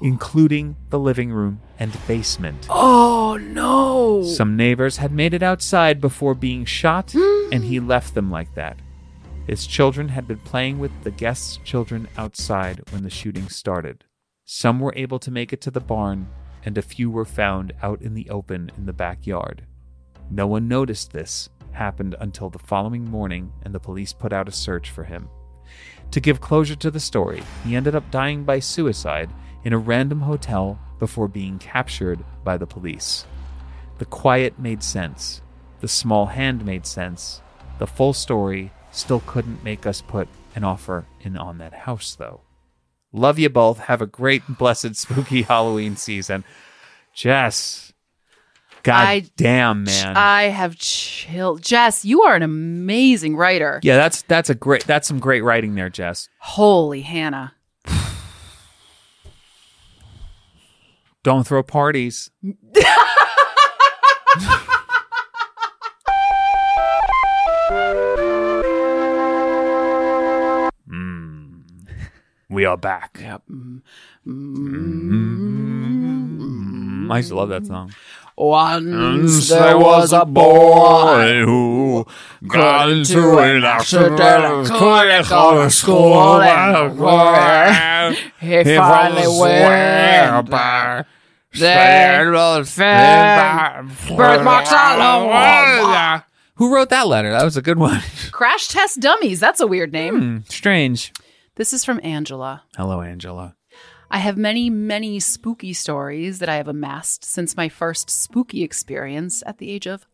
[SPEAKER 1] including the living room and basement.
[SPEAKER 2] Oh no.
[SPEAKER 1] Some neighbors had made it outside before being shot, and he left them like that. His children had been playing with the guests' children outside when the shooting started. Some were able to make it to the barn, and a few were found out in the open in the backyard. No one noticed this happened until the following morning, and the police put out a search for him. To give closure to the story, he ended up dying by suicide in a random hotel before being captured by the police. The quiet made sense. The small hand made sense. The full story still couldn't make us put an offer in on that house, though. Love you both. Have a great, blessed, spooky Halloween season. Jess. God
[SPEAKER 2] I-
[SPEAKER 1] damn, man.
[SPEAKER 2] I have chill. Jess, you are an amazing writer.
[SPEAKER 1] yeah, that's that's a great that's some great writing there, Jess.
[SPEAKER 2] Holy Hannah.
[SPEAKER 1] Don't throw parties. Mm. We are back. Mm. I used to love that song.
[SPEAKER 2] Once there was a boy.
[SPEAKER 1] who
[SPEAKER 2] got into an accident and couldn't go to school anymore. He finally went. back. There birthmarks all over.
[SPEAKER 1] Who wrote that letter? That was a good one.
[SPEAKER 2] Crash
[SPEAKER 1] Hmm.
[SPEAKER 2] Test Dummies. That's a weird name.
[SPEAKER 1] Strange.
[SPEAKER 2] This is from Angela.
[SPEAKER 1] Hello, Angela.
[SPEAKER 2] I have many, many spooky stories that I have amassed since my first spooky experience at the age of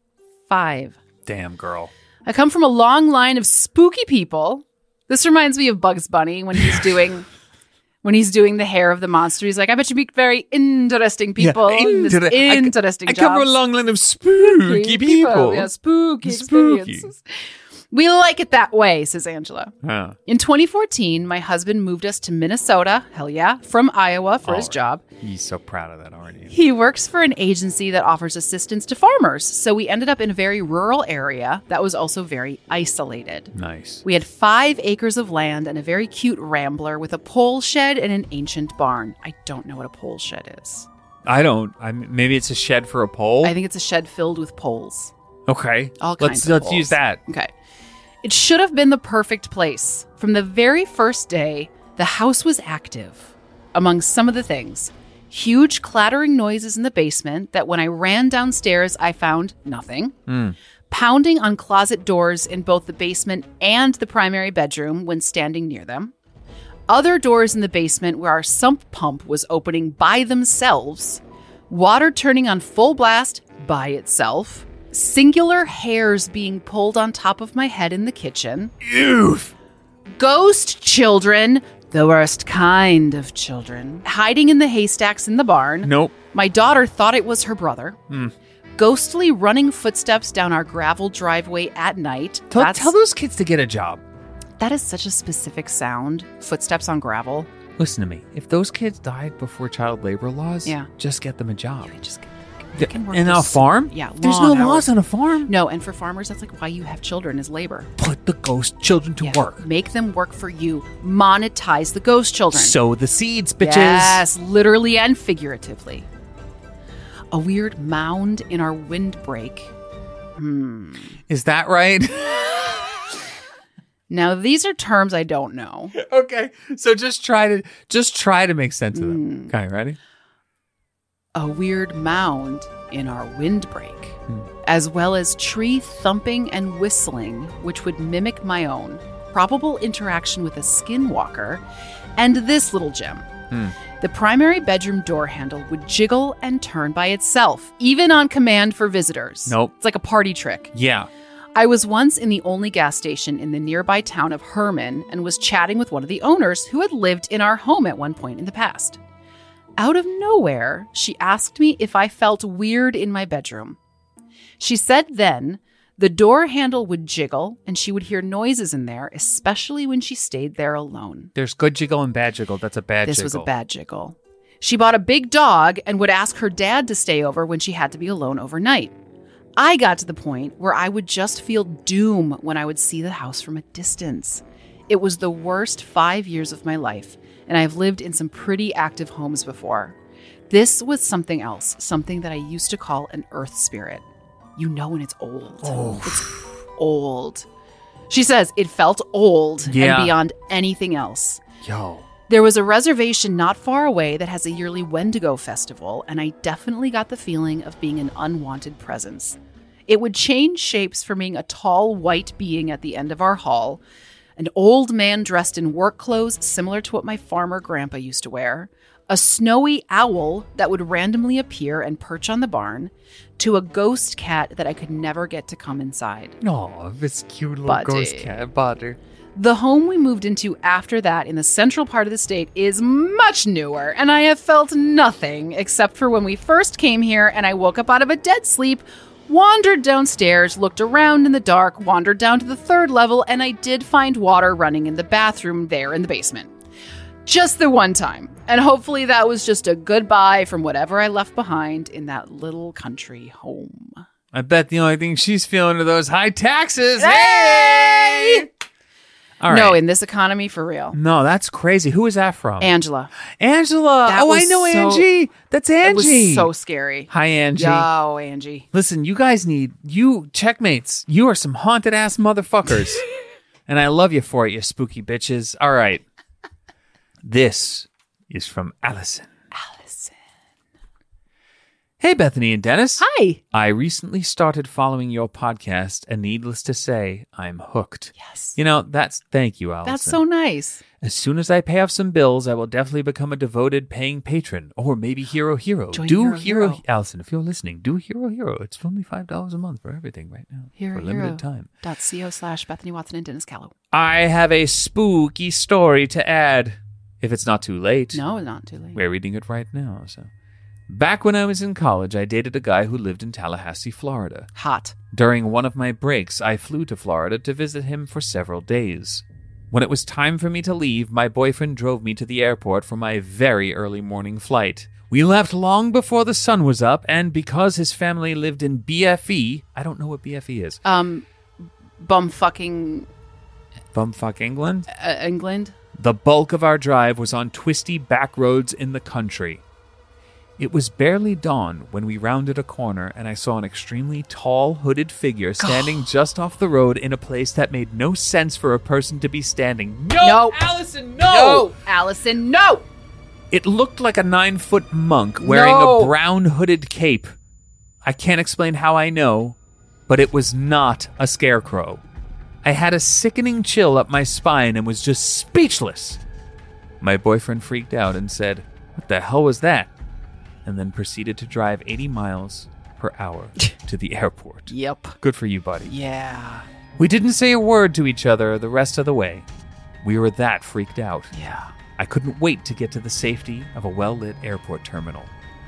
[SPEAKER 2] five.
[SPEAKER 1] Damn, girl.
[SPEAKER 2] I come from a long line of spooky people. This reminds me of Bugs Bunny when he's doing when he's doing the hair of the monster. He's like, I bet you meet very interesting people. in this
[SPEAKER 1] Inter- I-
[SPEAKER 2] interesting
[SPEAKER 1] I come from a
[SPEAKER 2] jobs."
[SPEAKER 1] long line of spooky people.
[SPEAKER 2] Yeah, spooky,
[SPEAKER 1] Spooky.
[SPEAKER 2] experiences. We like it that way, says Angela.
[SPEAKER 1] Huh.
[SPEAKER 2] In 2014, my husband moved us to Minnesota, hell yeah, from Iowa for his
[SPEAKER 1] All right.
[SPEAKER 2] job.
[SPEAKER 1] Oh, He's so proud of that already.
[SPEAKER 2] He works for an agency that offers assistance to farmers, so we ended up in a very rural area that was also very isolated.
[SPEAKER 1] Nice.
[SPEAKER 2] We had five acres of land and a very cute rambler with a pole shed and an ancient barn. I don't know what a pole shed is.
[SPEAKER 1] I don't. I maybe it's a shed for a pole.
[SPEAKER 2] I think it's a shed filled with poles.
[SPEAKER 1] okay.
[SPEAKER 2] All
[SPEAKER 1] let's
[SPEAKER 2] kinds of
[SPEAKER 1] let's
[SPEAKER 2] poles.
[SPEAKER 1] use that.
[SPEAKER 2] Okay. It should have been the perfect place. From the very first day, the house was active. Among some of the things, huge clattering noises in the basement that when I ran downstairs, I found nothing.
[SPEAKER 1] Hmm.
[SPEAKER 2] Pounding on closet doors in both the basement and the primary bedroom when standing near them. Other doors in the basement where our sump pump was opening by themselves water turning on full blast by itself, singular hairs being pulled on top of my head in the kitchen,
[SPEAKER 1] Oof.
[SPEAKER 2] ghost children, the worst kind of children, hiding in the haystacks in the barn.
[SPEAKER 1] Nope.
[SPEAKER 2] My daughter thought it was her brother.
[SPEAKER 1] Hmm.
[SPEAKER 2] Ghostly running footsteps down our gravel driveway at night.
[SPEAKER 1] Tell,
[SPEAKER 2] That's-
[SPEAKER 1] tell those kids to get a job.
[SPEAKER 2] that is such a specific sound. Footsteps on gravel.
[SPEAKER 1] Listen to me. If those kids died before child labor laws,
[SPEAKER 2] Yeah.
[SPEAKER 1] just get them a job.
[SPEAKER 2] I just
[SPEAKER 1] Yeah,
[SPEAKER 2] can work
[SPEAKER 1] And on a
[SPEAKER 2] this-
[SPEAKER 1] farm?
[SPEAKER 2] yeah,
[SPEAKER 1] There's no
[SPEAKER 2] long
[SPEAKER 1] laws
[SPEAKER 2] hours.
[SPEAKER 1] on a farm.
[SPEAKER 2] no, and for farmers, that's like why you have children is labor.
[SPEAKER 1] Put the ghost children to
[SPEAKER 2] Yeah.
[SPEAKER 1] work.
[SPEAKER 2] Make them work for you. Monetize the ghost children.
[SPEAKER 1] Sow the seeds, bitches.
[SPEAKER 2] Yes, literally and figuratively. A weird mound in our windbreak.
[SPEAKER 1] Is that right?
[SPEAKER 2] Now, these are terms I don't know.
[SPEAKER 1] okay. So just try to just try to make sense of them.
[SPEAKER 2] Mm.
[SPEAKER 1] Okay, ready?
[SPEAKER 2] A weird mound in our windbreak, as well as tree thumping and whistling, which would mimic my own, probable interaction with a skinwalker, and this little gem. The primary bedroom door handle would jiggle and turn by itself, even on command for visitors.
[SPEAKER 1] Nope.
[SPEAKER 2] It's like a party trick.
[SPEAKER 1] Yeah.
[SPEAKER 2] I was once in the only gas station in the nearby town of Herman and was chatting with one of the owners who had lived in our home at one point in the past. Out of nowhere, she asked me if I felt weird in my bedroom. She said then the door handle would jiggle and she would hear noises in there, especially when she stayed there alone.
[SPEAKER 1] There's good jiggle and bad jiggle. That's a bad
[SPEAKER 2] This
[SPEAKER 1] jiggle.
[SPEAKER 2] was a bad jiggle. She bought a big dog and would ask her dad to stay over when she had to be alone overnight. I got to the point where I would just feel doom when I would see the house from a distance. It was the worst five years of my life, and I have lived in some pretty active homes before. This was something else, something that I used to call an earth spirit. You know when it's old. It's old. She says it felt old
[SPEAKER 1] Yeah.
[SPEAKER 2] and beyond anything else.
[SPEAKER 1] Yo.
[SPEAKER 2] There was a reservation not far away that has a yearly Wendigo festival, and I definitely got the feeling of being an unwanted presence. It would change shapes from being a tall white being at the end of our hall, an old man dressed in work clothes similar to what my farmer grandpa used to wear, a snowy owl that would randomly appear and perch on the barn, to a ghost cat that I could never get to come inside.
[SPEAKER 1] No, this cute little
[SPEAKER 2] Buddy.
[SPEAKER 1] ghost cat, butter.
[SPEAKER 2] The home we moved into after that in the central part of the state is much newer, and I have felt nothing except for when we first came here and I woke up out of a dead sleep, wandered downstairs, looked around in the dark, wandered down to the third level, and I did find water running in the bathroom there in the basement. Just the one time. And hopefully that was just a goodbye from whatever I left behind in that little country home.
[SPEAKER 1] I bet the only thing she's feeling are those high taxes.
[SPEAKER 2] Hey!
[SPEAKER 1] All right.
[SPEAKER 2] No, in this economy, for real.
[SPEAKER 1] No, that's crazy. Who is that from?
[SPEAKER 2] Angela.
[SPEAKER 1] Angela.
[SPEAKER 2] That
[SPEAKER 1] oh, I
[SPEAKER 2] was
[SPEAKER 1] know
[SPEAKER 2] so-
[SPEAKER 1] Angie. That's Angie.
[SPEAKER 2] It was so scary.
[SPEAKER 1] Hi, Angie.
[SPEAKER 2] Yo, Angie.
[SPEAKER 1] Listen, you guys need you checkmates. You are some haunted ass motherfuckers. and I love you for it, you spooky bitches. All right. This is from Allison. Allison. Hey, Bethany and Dennis.
[SPEAKER 2] Hi.
[SPEAKER 1] I recently started following your podcast, and needless to say, I'm hooked.
[SPEAKER 2] Yes.
[SPEAKER 1] You know, that's thank you, Allison.
[SPEAKER 2] That's so nice.
[SPEAKER 1] As soon as I pay off some bills, I will definitely become a devoted paying patron, or maybe Hero Hero.
[SPEAKER 2] Join
[SPEAKER 1] do
[SPEAKER 2] Hero
[SPEAKER 1] Hero,
[SPEAKER 2] Hero.
[SPEAKER 1] Allison, if you're listening, do Hero Hero. It's only five dollars a month for everything right now
[SPEAKER 2] Hero
[SPEAKER 1] for a limited
[SPEAKER 2] Hero.
[SPEAKER 1] time.
[SPEAKER 2] Dot co slash Bethany Watson and Dennis Callow.
[SPEAKER 1] I have a spooky story to add, if it's not too late.
[SPEAKER 2] No, not too late.
[SPEAKER 1] We're reading it right now. So, back when I was in college, I dated a guy who lived in Tallahassee, Florida.
[SPEAKER 2] Hot.
[SPEAKER 1] During one of my breaks, I flew to Florida to visit him for several days. When it was time for me to leave, my boyfriend drove me to the airport for my very early morning flight. We left long before the sun was up, and because his family lived in BFE, I don't know what BFE is.
[SPEAKER 2] Um, bum fucking
[SPEAKER 1] Bumfuck England?
[SPEAKER 2] uh, England.
[SPEAKER 1] The bulk of our drive was on twisty back roads in the country. It was barely dawn when we rounded a corner and I saw an extremely tall, hooded figure standing just off the road in a place that made no sense for a person to be standing. No,
[SPEAKER 2] No.
[SPEAKER 1] Allison, no!
[SPEAKER 2] Allison, no.
[SPEAKER 1] It looked like a nine foot monk wearing
[SPEAKER 2] No.
[SPEAKER 1] a brown hooded cape. I can't explain how I know, but it was not a scarecrow. I had a sickening chill up my spine and was just speechless. My boyfriend freaked out and said, What the hell was that? And then proceeded to drive 80 miles per hour to the airport.
[SPEAKER 2] Yep.
[SPEAKER 1] Good for you, buddy.
[SPEAKER 2] Yeah.
[SPEAKER 1] We didn't say a word to each other the rest of the way. We were that freaked out.
[SPEAKER 2] Yeah.
[SPEAKER 1] I couldn't wait to get to the safety of a well lit airport terminal.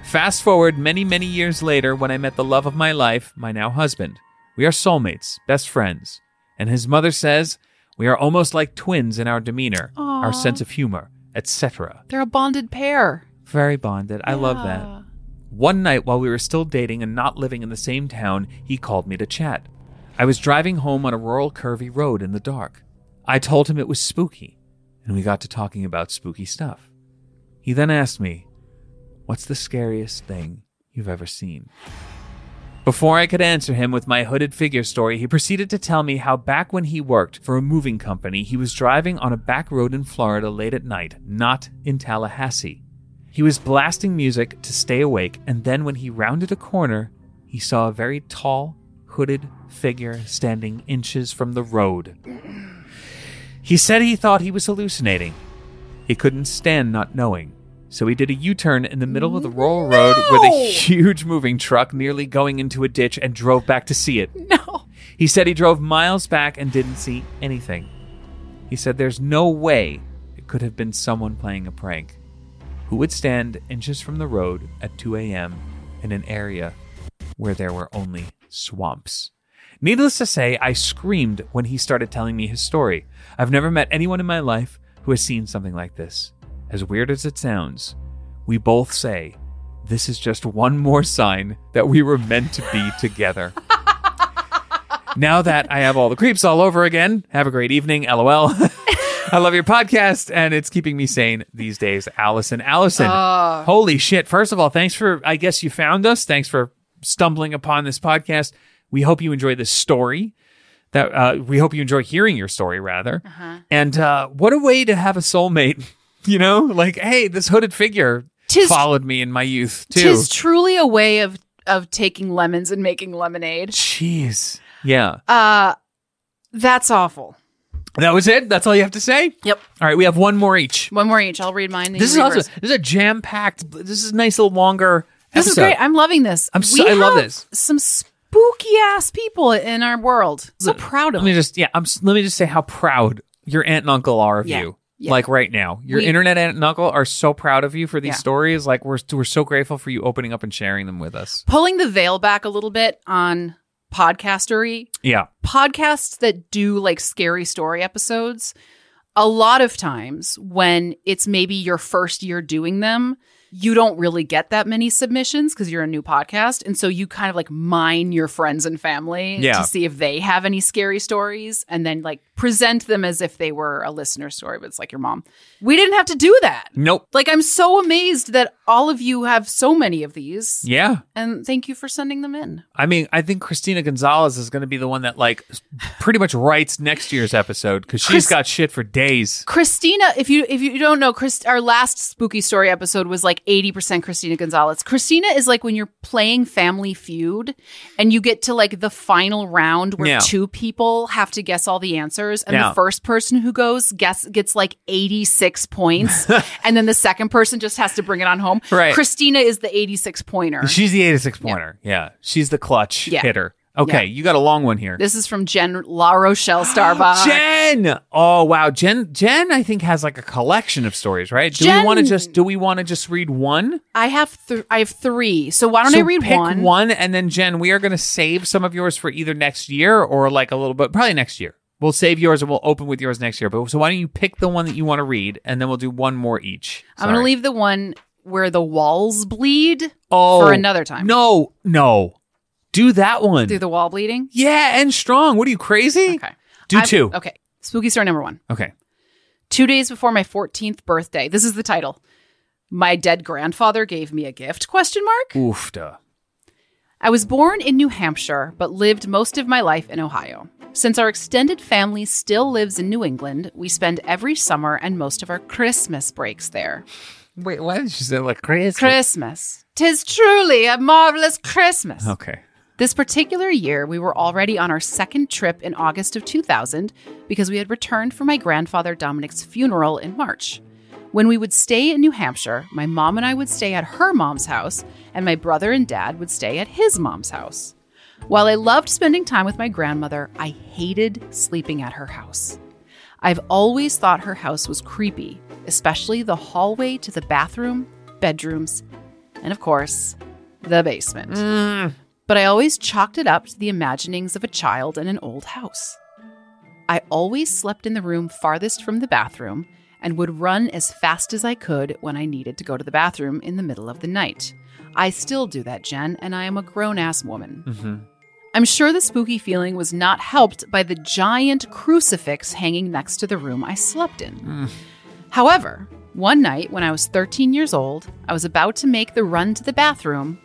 [SPEAKER 1] Fast forward many, many years later when I met the love of my life, my now husband. We are soulmates, best friends. And his mother says, We are almost like twins in our demeanor,
[SPEAKER 2] Aw.
[SPEAKER 1] our sense of humor, etc.
[SPEAKER 2] They're a bonded pair.
[SPEAKER 1] Very bonded. I love that.
[SPEAKER 2] Yeah.
[SPEAKER 1] One night, while we were still dating and not living in the same town, he called me to chat. I was driving home on a rural, curvy road in the dark. I told him it was spooky, and we got to talking about spooky stuff. He then asked me, What's the scariest thing you've ever seen? Before I could answer him with my hooded figure story, he proceeded to tell me how back when he worked for a moving company, he was driving on a back road in Florida late at night, not in Tallahassee. He was blasting music to stay awake, and then when he rounded a corner, he saw a very tall, hooded figure standing inches from the road. He said he thought he was hallucinating. He couldn't stand not knowing. So he did a U turn in the middle of the rural road with
[SPEAKER 2] No!
[SPEAKER 1] a huge moving truck nearly going into a ditch and drove back to see it.
[SPEAKER 2] No.
[SPEAKER 1] He said he drove miles back and didn't see anything. He said there's no way it could have been someone playing a prank. Who would stand inches from the road at 2 a.m. in an area where there were only swamps? Needless to say, I screamed when he started telling me his story. I've never met anyone in my life who has seen something like this. As weird as it sounds, we both say, This is just one more sign that we were meant to be together. now that I have all the creeps all over again, have a great evening, lol. I love your podcast, and it's keeping me sane these days, Allison. Allison,
[SPEAKER 2] Ah.
[SPEAKER 1] holy shit. First of all, thanks for, I guess you found us. Thanks for stumbling upon this podcast. We hope you enjoy this story. That uh, we hope you enjoy hearing your story, rather.
[SPEAKER 2] Uh-huh.
[SPEAKER 1] And uh, what a way to have a soulmate, you know? Like, hey, this hooded figure
[SPEAKER 2] Tis
[SPEAKER 1] followed me in my youth too.
[SPEAKER 2] tis truly a way of of taking lemons and making lemonade.
[SPEAKER 1] Jeez. Yeah.
[SPEAKER 2] Uh that's awful.
[SPEAKER 1] That was it. That's all you have to say.
[SPEAKER 2] Yep.
[SPEAKER 1] All right, we have one more each.
[SPEAKER 2] One more each. I'll read mine. then
[SPEAKER 1] This is
[SPEAKER 2] you read
[SPEAKER 1] also
[SPEAKER 2] yours.
[SPEAKER 1] this is a jam packed. This is a nice little longer.
[SPEAKER 2] This is
[SPEAKER 1] episode.
[SPEAKER 2] great. I'm loving this.
[SPEAKER 1] I'm so-
[SPEAKER 2] We
[SPEAKER 1] I love
[SPEAKER 2] have
[SPEAKER 1] this.
[SPEAKER 2] Some spooky ass people in our world. So proud of
[SPEAKER 1] Let me
[SPEAKER 2] them.
[SPEAKER 1] just yeah. I'm. s- Let me just say how proud your aunt and uncle are of
[SPEAKER 2] Yeah.
[SPEAKER 1] you.
[SPEAKER 2] Yeah.
[SPEAKER 1] Like right now, your
[SPEAKER 2] We-
[SPEAKER 1] internet aunt and uncle are so proud of you for these
[SPEAKER 2] Yeah.
[SPEAKER 1] stories. Like we're we're so grateful for you opening up and sharing them with us.
[SPEAKER 2] Pulling the veil back a little bit on podcastery.
[SPEAKER 1] Yeah,
[SPEAKER 2] Podcasts that do like scary story episodes, a lot of times when it's maybe your first year doing them, you don't really get that many submissions because you're a new podcast. And so you kind of like mine your friends and family
[SPEAKER 1] Yeah.
[SPEAKER 2] to see if they have any scary stories and then like present them as if they were a listener story, but it's like your mom. We didn't have to do that.
[SPEAKER 1] nope.
[SPEAKER 2] Like, I'm so amazed that all of you have so many of these.
[SPEAKER 1] Yeah,
[SPEAKER 2] And thank you for sending them in.
[SPEAKER 1] I mean, I think Christina Gonzalez is going to be the one that like pretty much writes next year's episode because she's
[SPEAKER 2] Chris-
[SPEAKER 1] got shit for days.
[SPEAKER 2] Christina, if you if you don't know, Chris, our last spooky story episode was like like 80% Christina Gonzalez. Christina is like when you're playing Family Feud and you get to like the final round where
[SPEAKER 1] Yeah.
[SPEAKER 2] two people have to guess all the answers and
[SPEAKER 1] Yeah.
[SPEAKER 2] the first person who goes guess gets like 86 points and then the second person just has to bring it on home.
[SPEAKER 1] Right.
[SPEAKER 2] Christina is the 86 pointer.
[SPEAKER 1] She's the 86 pointer. Yeah. She's the clutch
[SPEAKER 2] Yeah.
[SPEAKER 1] hitter. Okay, you got a long one here.
[SPEAKER 2] this is from Jen La Rochelle Starbuck.
[SPEAKER 1] Jen. Oh wow, Jen. Jen, I think has like a collection of stories, right? Do we
[SPEAKER 2] Jen-
[SPEAKER 1] want to just do we want to just read one?
[SPEAKER 2] I have th- I have 3. So why don't I
[SPEAKER 1] So
[SPEAKER 2] read
[SPEAKER 1] pick
[SPEAKER 2] one?
[SPEAKER 1] and then Jen, we are going to save some of yours for either next year or like a little bit, probably next year. We'll save yours and we'll open with yours next year. But so why don't you pick the one that you want to read, and then we'll do one more each.
[SPEAKER 2] I'm going to
[SPEAKER 1] Sorry.
[SPEAKER 2] leave the one where the walls bleed
[SPEAKER 1] oh,
[SPEAKER 2] for another time.
[SPEAKER 1] No, no, do that one.
[SPEAKER 2] Through the wall bleeding?
[SPEAKER 1] yeah, and strong. What are you crazy?
[SPEAKER 2] Okay.
[SPEAKER 1] Do
[SPEAKER 2] I've-
[SPEAKER 1] two.
[SPEAKER 2] Okay. Spooky story number one.
[SPEAKER 1] Okay.
[SPEAKER 2] Two days before my 14th birthday. This is the title. My dead grandfather gave me a gift? Question mark.
[SPEAKER 1] Oof. Duh.
[SPEAKER 2] I was born in New Hampshire, but lived most of my life in Ohio. Since our extended family still lives in New England, we spend every summer and most of our Christmas breaks there.
[SPEAKER 1] Wait, why did you say like crazy?
[SPEAKER 2] Christmas. Tis truly a marvelous Christmas.
[SPEAKER 1] Okay.
[SPEAKER 2] This particular year, we were already on our second trip in August of 2000 because we had returned from my grandfather Dominic's funeral in March. When we would stay in New Hampshire, my mom and I would stay at her mom's house, and my brother and dad would stay at his mom's house. While I loved spending time with my grandmother, I hated sleeping at her house. I've always thought her house was creepy, especially the hallway to the bathroom, bedrooms, and of course, the basement but I always chalked it up to the imaginings of a child in an old house. I always slept in the room farthest from the bathroom and would run as fast as I could when I needed to go to the bathroom in the middle of the night. I still do that, Jen, and I am a grown ass woman. I'm sure the spooky feeling was not helped by the giant crucifix hanging next to the room I slept in. However, one night when I was 13 years old, I was about to make the run to the bathroom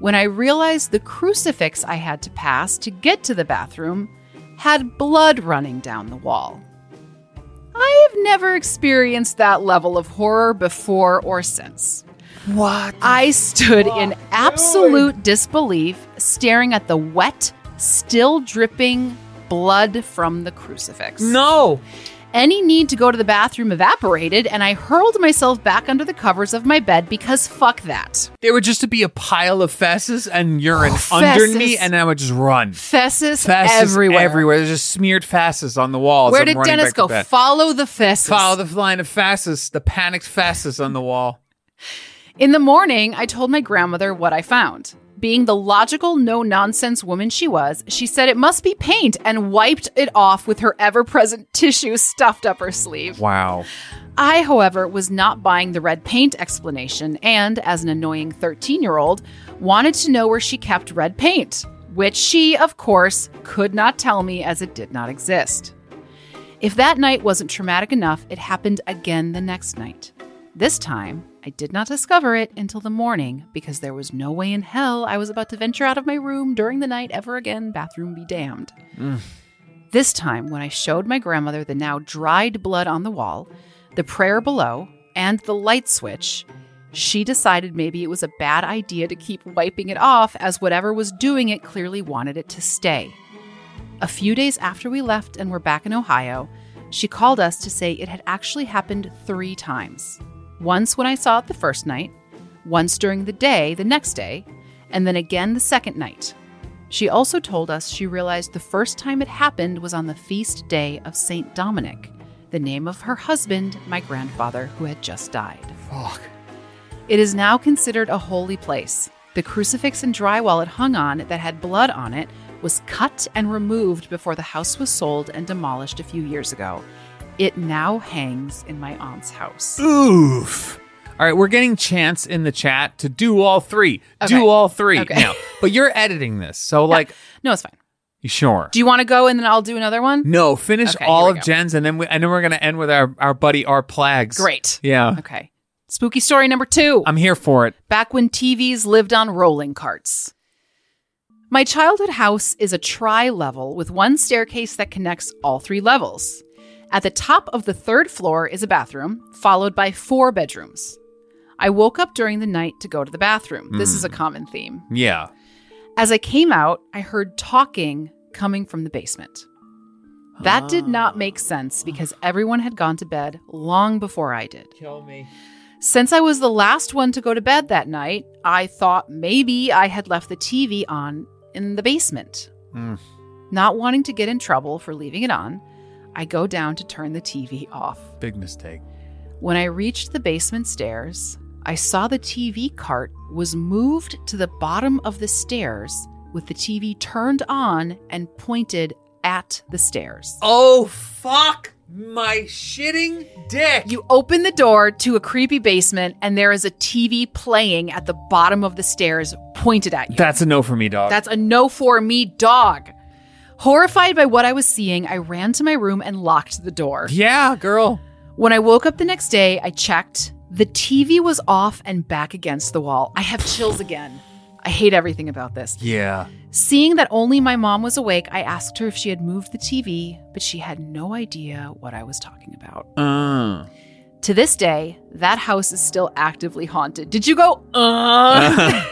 [SPEAKER 2] when I realized the crucifix I had to pass to get to the bathroom had blood running down the wall. I have never experienced that level of horror before or since.
[SPEAKER 1] What?
[SPEAKER 2] I stood in absolute disbelief, staring at the wet, still dripping blood from the crucifix.
[SPEAKER 1] No.
[SPEAKER 2] Any need to go to the bathroom evaporated, and I hurled myself back under the covers of my bed because fuck that.
[SPEAKER 1] There would just be a pile of feces and urine
[SPEAKER 2] Oh,
[SPEAKER 1] under me,
[SPEAKER 2] feces.
[SPEAKER 1] and I would just run.
[SPEAKER 2] Fesses,
[SPEAKER 1] Feces
[SPEAKER 2] everywhere.
[SPEAKER 1] Everywhere. There's just smeared feces on the walls.
[SPEAKER 2] Where
[SPEAKER 1] I'm
[SPEAKER 2] did
[SPEAKER 1] running
[SPEAKER 2] Dennis
[SPEAKER 1] back to
[SPEAKER 2] go?
[SPEAKER 1] bed.
[SPEAKER 2] Follow the fesses.
[SPEAKER 1] Follow the line of feces, the panicked feces on the wall.
[SPEAKER 2] In the morning, I told my grandmother what I found. Being the logical, no nonsense woman she was, she said it must be paint and wiped it off with her ever present tissue stuffed up her sleeve.
[SPEAKER 1] Wow.
[SPEAKER 2] I, however, was not buying the red paint explanation and, as an annoying 13 year old, wanted to know where she kept red paint, which she, of course, could not tell me as it did not exist. If that night wasn't traumatic enough, it happened again the next night. This time, I did not discover it until the morning because there was no way in hell I was about to venture out of my room during the night ever again, bathroom be damned. This time, when I showed my grandmother the now dried blood on the wall, the prayer below, and the light switch, she decided maybe it was a bad idea to keep wiping it off, as whatever was doing it clearly wanted it to stay. A few days after we left and were back in Ohio, she called us to say it had actually happened three times. Once when I saw it the first night, once during the day the next day, and then again the second night. She also told us she realized the first time it happened was on the feast day of St. Dominic, the name of her husband, my grandfather, who had just died.
[SPEAKER 1] Fuck.
[SPEAKER 2] It is now considered a holy place. The crucifix and drywall it hung on that had blood on it was cut and removed before the house was sold and demolished a few years ago. It now hangs in my aunt's house.
[SPEAKER 1] Oof. All right, we're getting chance in the chat to do all three.
[SPEAKER 2] Okay.
[SPEAKER 1] Do all three
[SPEAKER 2] Okay.
[SPEAKER 1] now. But you're editing this, so like,
[SPEAKER 2] No, it's fine.
[SPEAKER 1] you sure?
[SPEAKER 2] Do you want to go and then I'll do another one?
[SPEAKER 1] no, finish
[SPEAKER 2] Okay,
[SPEAKER 1] all
[SPEAKER 2] here
[SPEAKER 1] of
[SPEAKER 2] we go.
[SPEAKER 1] Jen's, and then we, and then we're gonna end with our our buddy R Plags.
[SPEAKER 2] Great.
[SPEAKER 1] Yeah,
[SPEAKER 2] Okay. Spooky story number two.
[SPEAKER 1] I'm here for it.
[SPEAKER 2] back when TVs lived on rolling carts. My childhood house is a tri level with one staircase that connects all three levels. At the top of the third floor is a bathroom, followed by four bedrooms. I woke up during the night to go to the bathroom. This is a common theme.
[SPEAKER 1] Yeah.
[SPEAKER 2] As I came out, I heard talking coming from the basement. That did not make sense because everyone had gone to bed long before I did.
[SPEAKER 1] Kill me.
[SPEAKER 2] Since I was the last one to go to bed that night, I thought maybe I had left the TV on in the basement.
[SPEAKER 1] Mm.
[SPEAKER 2] Not wanting to get in trouble for leaving it on, I go down to turn the TV off.
[SPEAKER 1] Big mistake.
[SPEAKER 2] When I reached the basement stairs, I saw the TV cart was moved to the bottom of the stairs with the TV turned on and pointed at the stairs.
[SPEAKER 1] Oh fuck my shitting dick.
[SPEAKER 2] You open the door to a creepy basement, and there is a TV playing at the bottom of the stairs, pointed at you.
[SPEAKER 1] That's a no for me, dog.
[SPEAKER 2] That's a no for me, dog. Horrified by what I was seeing, I ran to my room and locked the door.
[SPEAKER 1] yeah, girl.
[SPEAKER 2] When I woke up the next day, I checked. The TV was off and back against the wall. I have chills again. I hate everything about this.
[SPEAKER 1] Yeah.
[SPEAKER 2] Seeing that only my mom was awake, I asked her if she had moved the TV, but she had no idea what I was talking about.
[SPEAKER 1] Uh.
[SPEAKER 2] To this day, that house is still actively haunted. Did you go, uh?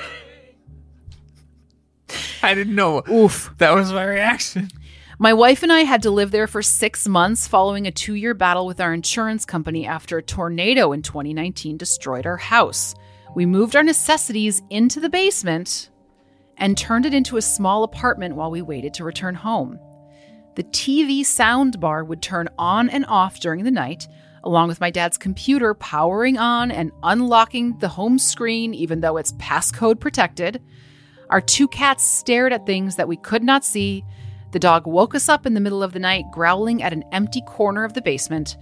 [SPEAKER 1] I didn't know.
[SPEAKER 2] Oof.
[SPEAKER 1] That was my reaction.
[SPEAKER 2] My wife and I had to live there for six months following a two year battle with our insurance company after a tornado in 2019 destroyed our house. We moved our necessities into the basement and turned it into a small apartment while we waited to return home. The TV sound bar would turn on and off during the night, along with my dad's computer powering on and unlocking the home screen, even though it's passcode protected. Our two cats stared at things that we could not see. The dog woke us up in the middle of the night, growling at an empty corner of the basement.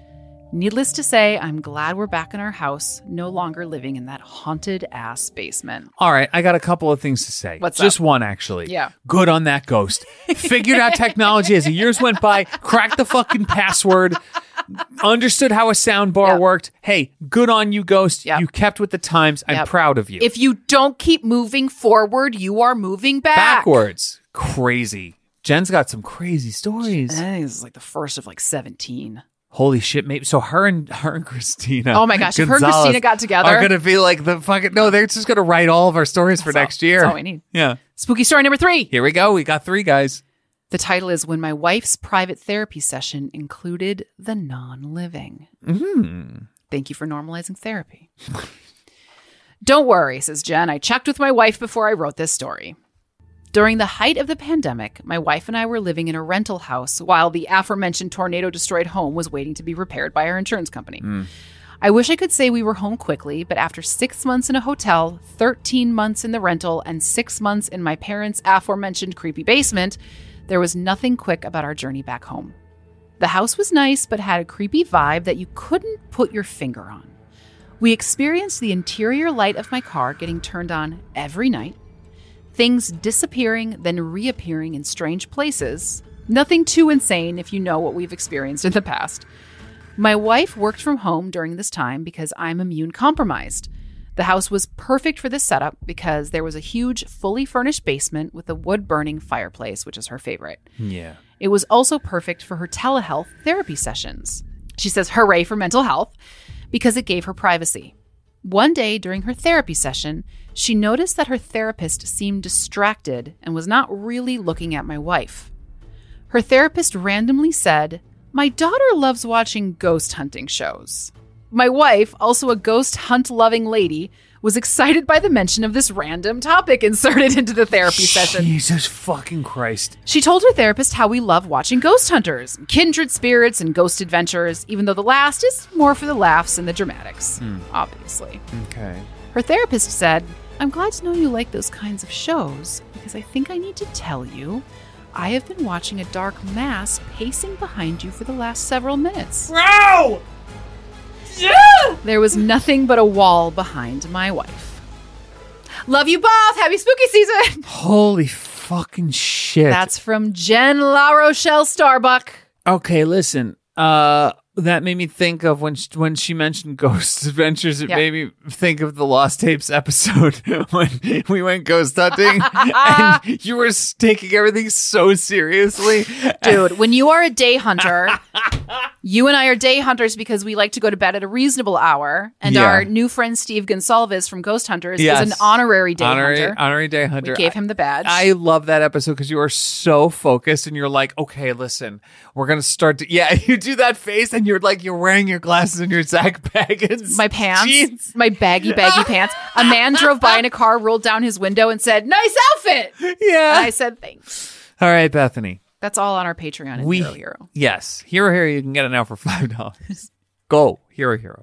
[SPEAKER 2] Needless to say, I'm glad we're back in our house, no longer living in that haunted ass basement.
[SPEAKER 1] All right, I got a couple of things to say.
[SPEAKER 2] What's
[SPEAKER 1] Just one actually.
[SPEAKER 2] Yeah.
[SPEAKER 1] Good on that ghost. Figured out technology as the years went by, cracked the fucking password, understood how a sound bar
[SPEAKER 2] Yep.
[SPEAKER 1] worked. Hey, good on you, ghost.
[SPEAKER 2] Yep.
[SPEAKER 1] You kept with the times. I'm
[SPEAKER 2] Yep.
[SPEAKER 1] proud of you.
[SPEAKER 2] If you don't keep moving forward, you are moving back.
[SPEAKER 1] Backwards. Crazy. Jen's got some crazy stories.
[SPEAKER 2] I think this is like the first of like 17.
[SPEAKER 1] Holy shit, maybe so her and her and Christina.
[SPEAKER 2] Oh my gosh, if her and
[SPEAKER 1] Gonzalez
[SPEAKER 2] Christina got together-
[SPEAKER 1] Are gonna be like the fucking no, they're just gonna write all of our stories for
[SPEAKER 2] That's all-
[SPEAKER 1] next year.
[SPEAKER 2] That's all we need.
[SPEAKER 1] Yeah.
[SPEAKER 2] Spooky story number three.
[SPEAKER 1] Here we go. We got three guys.
[SPEAKER 2] The title is When My Wife's Private Therapy Session Included the Non Living.
[SPEAKER 1] Mm.
[SPEAKER 2] Thank you for normalizing therapy. Don't worry, says Jen. I checked with my wife before I wrote this story. During the height of the pandemic, my wife and I were living in a rental house while the aforementioned tornado destroyed home was waiting to be repaired by our insurance company. I wish I could say we were home quickly, but after six months in a hotel, 13 months in the rental, and six months in my parents' aforementioned creepy basement, there was nothing quick about our journey back home. The house was nice, but had a creepy vibe that you couldn't put your finger on. We experienced the interior light of my car getting turned on every night, things disappearing, then reappearing in strange places. Nothing too insane if you know what we've experienced in the past. My wife worked from home during this time because I'm immune compromised. The house was perfect for this setup because there was a huge, fully furnished basement with a wood burning fireplace, which is her favorite.
[SPEAKER 1] Yeah.
[SPEAKER 2] It was also perfect for her telehealth therapy sessions. She says, hooray for mental health, because it gave her privacy. One day during her therapy session, she noticed that her therapist seemed distracted and was not really looking at my wife. Her therapist randomly said, My daughter loves watching ghost hunting shows. My wife, also a ghost hunt loving lady, was excited by the mention of this random topic inserted into the therapy session.
[SPEAKER 1] Jesus fucking Christ.
[SPEAKER 2] She told her therapist how we love watching ghost hunters, kindred spirits, and ghost adventures, even though the last is more for the laughs and the dramatics, obviously.
[SPEAKER 1] Okay.
[SPEAKER 2] Her therapist said, I'm glad to know you like those kinds of shows because I think I need to tell you I have been watching a dark mass pacing behind you for the last several minutes.
[SPEAKER 1] Bro!
[SPEAKER 2] There was nothing but a wall behind my wife. Love you both. Happy spooky season.
[SPEAKER 1] Holy fucking shit.
[SPEAKER 2] That's from Jen La Rochelle Starbuck.
[SPEAKER 1] okay, listen. Uh that made me think of when she, when she mentioned Ghost Adventures. It
[SPEAKER 2] Yeah.
[SPEAKER 1] made me think of the Lost Tapes episode when we went ghost hunting and you were taking everything so seriously.
[SPEAKER 2] Dude, when you are a day hunter, You and I are day hunters because we like to go to bed at a reasonable hour. And
[SPEAKER 1] Yeah.
[SPEAKER 2] our new friend Steve Gonsalves from Ghost Hunters
[SPEAKER 1] Yes.
[SPEAKER 2] is an honorary day
[SPEAKER 1] honorary
[SPEAKER 2] hunter.
[SPEAKER 1] honorary day hunter.
[SPEAKER 2] We gave him the badge.
[SPEAKER 1] I love that episode because you are so focused and you're like, okay, listen, we're gonna start to yeah. You do that face and you're like, you're wearing your glasses and your Zach Baggins.
[SPEAKER 2] my pants,
[SPEAKER 1] jeans.
[SPEAKER 2] my baggy, baggy pants. A man drove by in a car, rolled down his window, and said, "Nice outfit." And
[SPEAKER 1] Yeah.
[SPEAKER 2] I said, "Thanks."
[SPEAKER 1] All right, Bethany.
[SPEAKER 2] That's all on our Patreon. At
[SPEAKER 1] We
[SPEAKER 2] Hero Hero.
[SPEAKER 1] yes, hero hero. You can get it now for five dollars. Go hero hero.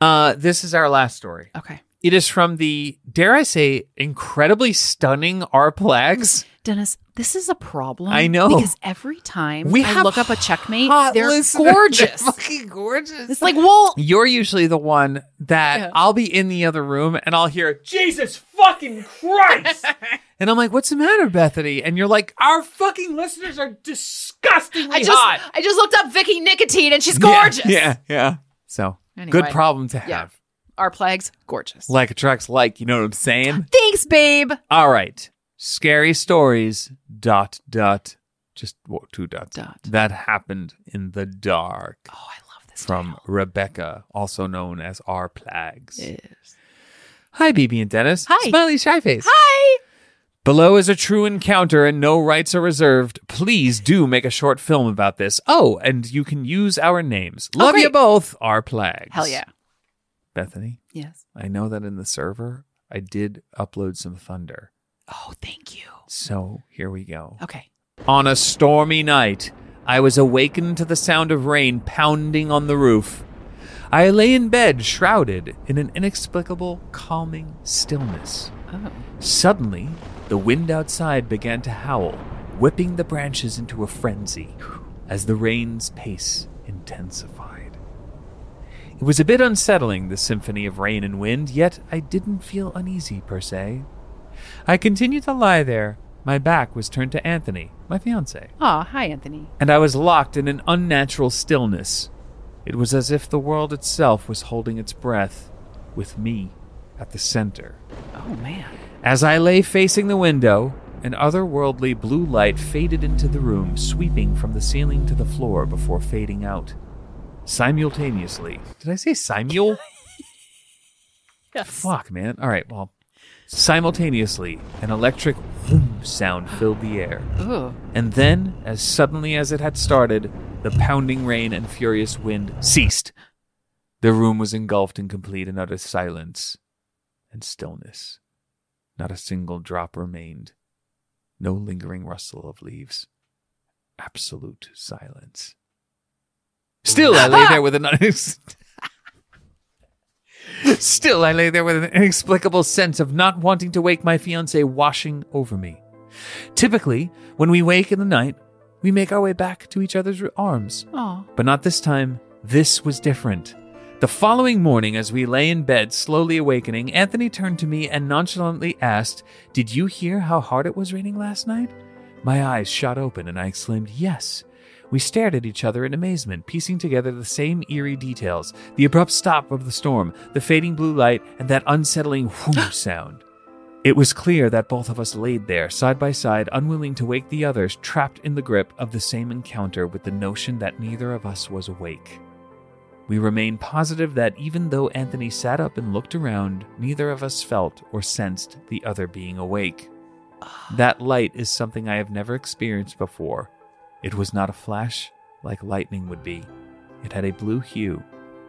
[SPEAKER 1] Uh, this is our last story.
[SPEAKER 2] Okay.
[SPEAKER 1] It is from the dare I say incredibly stunning R plags.
[SPEAKER 2] Dennis, this is a problem.
[SPEAKER 1] I know.
[SPEAKER 2] because every time
[SPEAKER 1] We
[SPEAKER 2] we
[SPEAKER 1] have
[SPEAKER 2] look up a checkmate,
[SPEAKER 1] Hot
[SPEAKER 2] they're
[SPEAKER 1] listeners.
[SPEAKER 2] gorgeous.
[SPEAKER 1] They're fucking gorgeous.
[SPEAKER 2] it's like, well,
[SPEAKER 1] You're usually the one that
[SPEAKER 2] Yeah.
[SPEAKER 1] I'll be in the other room and I'll hear, Jesus fucking Christ. and I'm like, what's the matter, Bethany? And you're like, our fucking listeners are disgustingly
[SPEAKER 2] I just
[SPEAKER 1] hot.
[SPEAKER 2] I just looked up Vicky Nicotine and she's
[SPEAKER 1] Yeah,
[SPEAKER 2] gorgeous.
[SPEAKER 1] Yeah, yeah. So, good
[SPEAKER 2] Anyway.
[SPEAKER 1] problem to have.
[SPEAKER 2] Yeah. Our plagues, gorgeous.
[SPEAKER 1] Like attracts like, you know what I'm saying?
[SPEAKER 2] Thanks, babe.
[SPEAKER 1] All right. Scary stories, dot, dot, just well, two dots.
[SPEAKER 2] Dot.
[SPEAKER 1] That happened in the dark
[SPEAKER 2] Oh, I love this.
[SPEAKER 1] from Rebecca, also known as R. Plags.
[SPEAKER 2] Yes.
[SPEAKER 1] Hi, BB and Dennis.
[SPEAKER 2] Hi.
[SPEAKER 1] Smiley Shyface.
[SPEAKER 2] Hi.
[SPEAKER 1] Below is a true encounter and no rights are reserved. Please do make a short film about this. Oh, and you can use our names.
[SPEAKER 2] Oh,
[SPEAKER 1] Love you
[SPEAKER 2] great.
[SPEAKER 1] both. R. Plags.
[SPEAKER 2] Hell yeah.
[SPEAKER 1] Bethany,
[SPEAKER 2] Yes.
[SPEAKER 1] I know that in the server, I did upload some thunder.
[SPEAKER 2] Oh, thank you.
[SPEAKER 1] So here we go.
[SPEAKER 2] Okay.
[SPEAKER 1] On a stormy night, I was awakened to the sound of rain pounding on the roof. I lay in bed, shrouded in an inexplicable, calming stillness.
[SPEAKER 2] Oh.
[SPEAKER 1] Suddenly, the wind outside began to howl, whipping the branches into a frenzy as the rain's pace intensified. It was a bit unsettling, the symphony of rain and wind, yet I didn't feel uneasy per se. I continued to lie there. My back was turned to Anthony, my fiance,
[SPEAKER 2] Oh, hi, Anthony.
[SPEAKER 1] and I was locked in an unnatural stillness. It was as if the world itself was holding its breath, with me at the center.
[SPEAKER 2] Oh man.
[SPEAKER 1] As I lay facing the window, an otherworldly blue light faded into the room, sweeping from the ceiling to the floor before fading out. Simultaneously. Did I say simul?
[SPEAKER 2] Yes.
[SPEAKER 1] Fuck, man. All right, well. Simultaneously, an electric whoom sound filled the air.
[SPEAKER 2] Ooh.
[SPEAKER 1] And then, as suddenly as it had started, the pounding rain and furious wind ceased. The room was engulfed in complete and utter silence and stillness. Not a single drop remained. No lingering rustle of leaves. Absolute silence. Still, I lay there with an unex- Still, I lay there with an inexplicable sense of not wanting to wake my fiancée washing over me. Typically, when we wake in the night, we make our way back to each other's arms.
[SPEAKER 2] Oh.
[SPEAKER 1] But not this time. This was different. The following morning, as we lay in bed, slowly awakening, Anthony turned to me and nonchalantly asked, Did you hear how hard it was raining last night? My eyes shot open and I exclaimed, Yes. We stared at each other in amazement, piecing together the same eerie details the abrupt stop of the storm, the fading blue light, and that unsettling whoo sound. It was clear that both of us laid there, side by side, unwilling to wake the others, trapped in the grip of the same encounter with the notion that neither of us was awake. We remained positive that even though Anthony sat up and looked around, neither of us felt or sensed the other being awake. That light is something I have never experienced before. It was not a flash like lightning would be. It had a blue hue,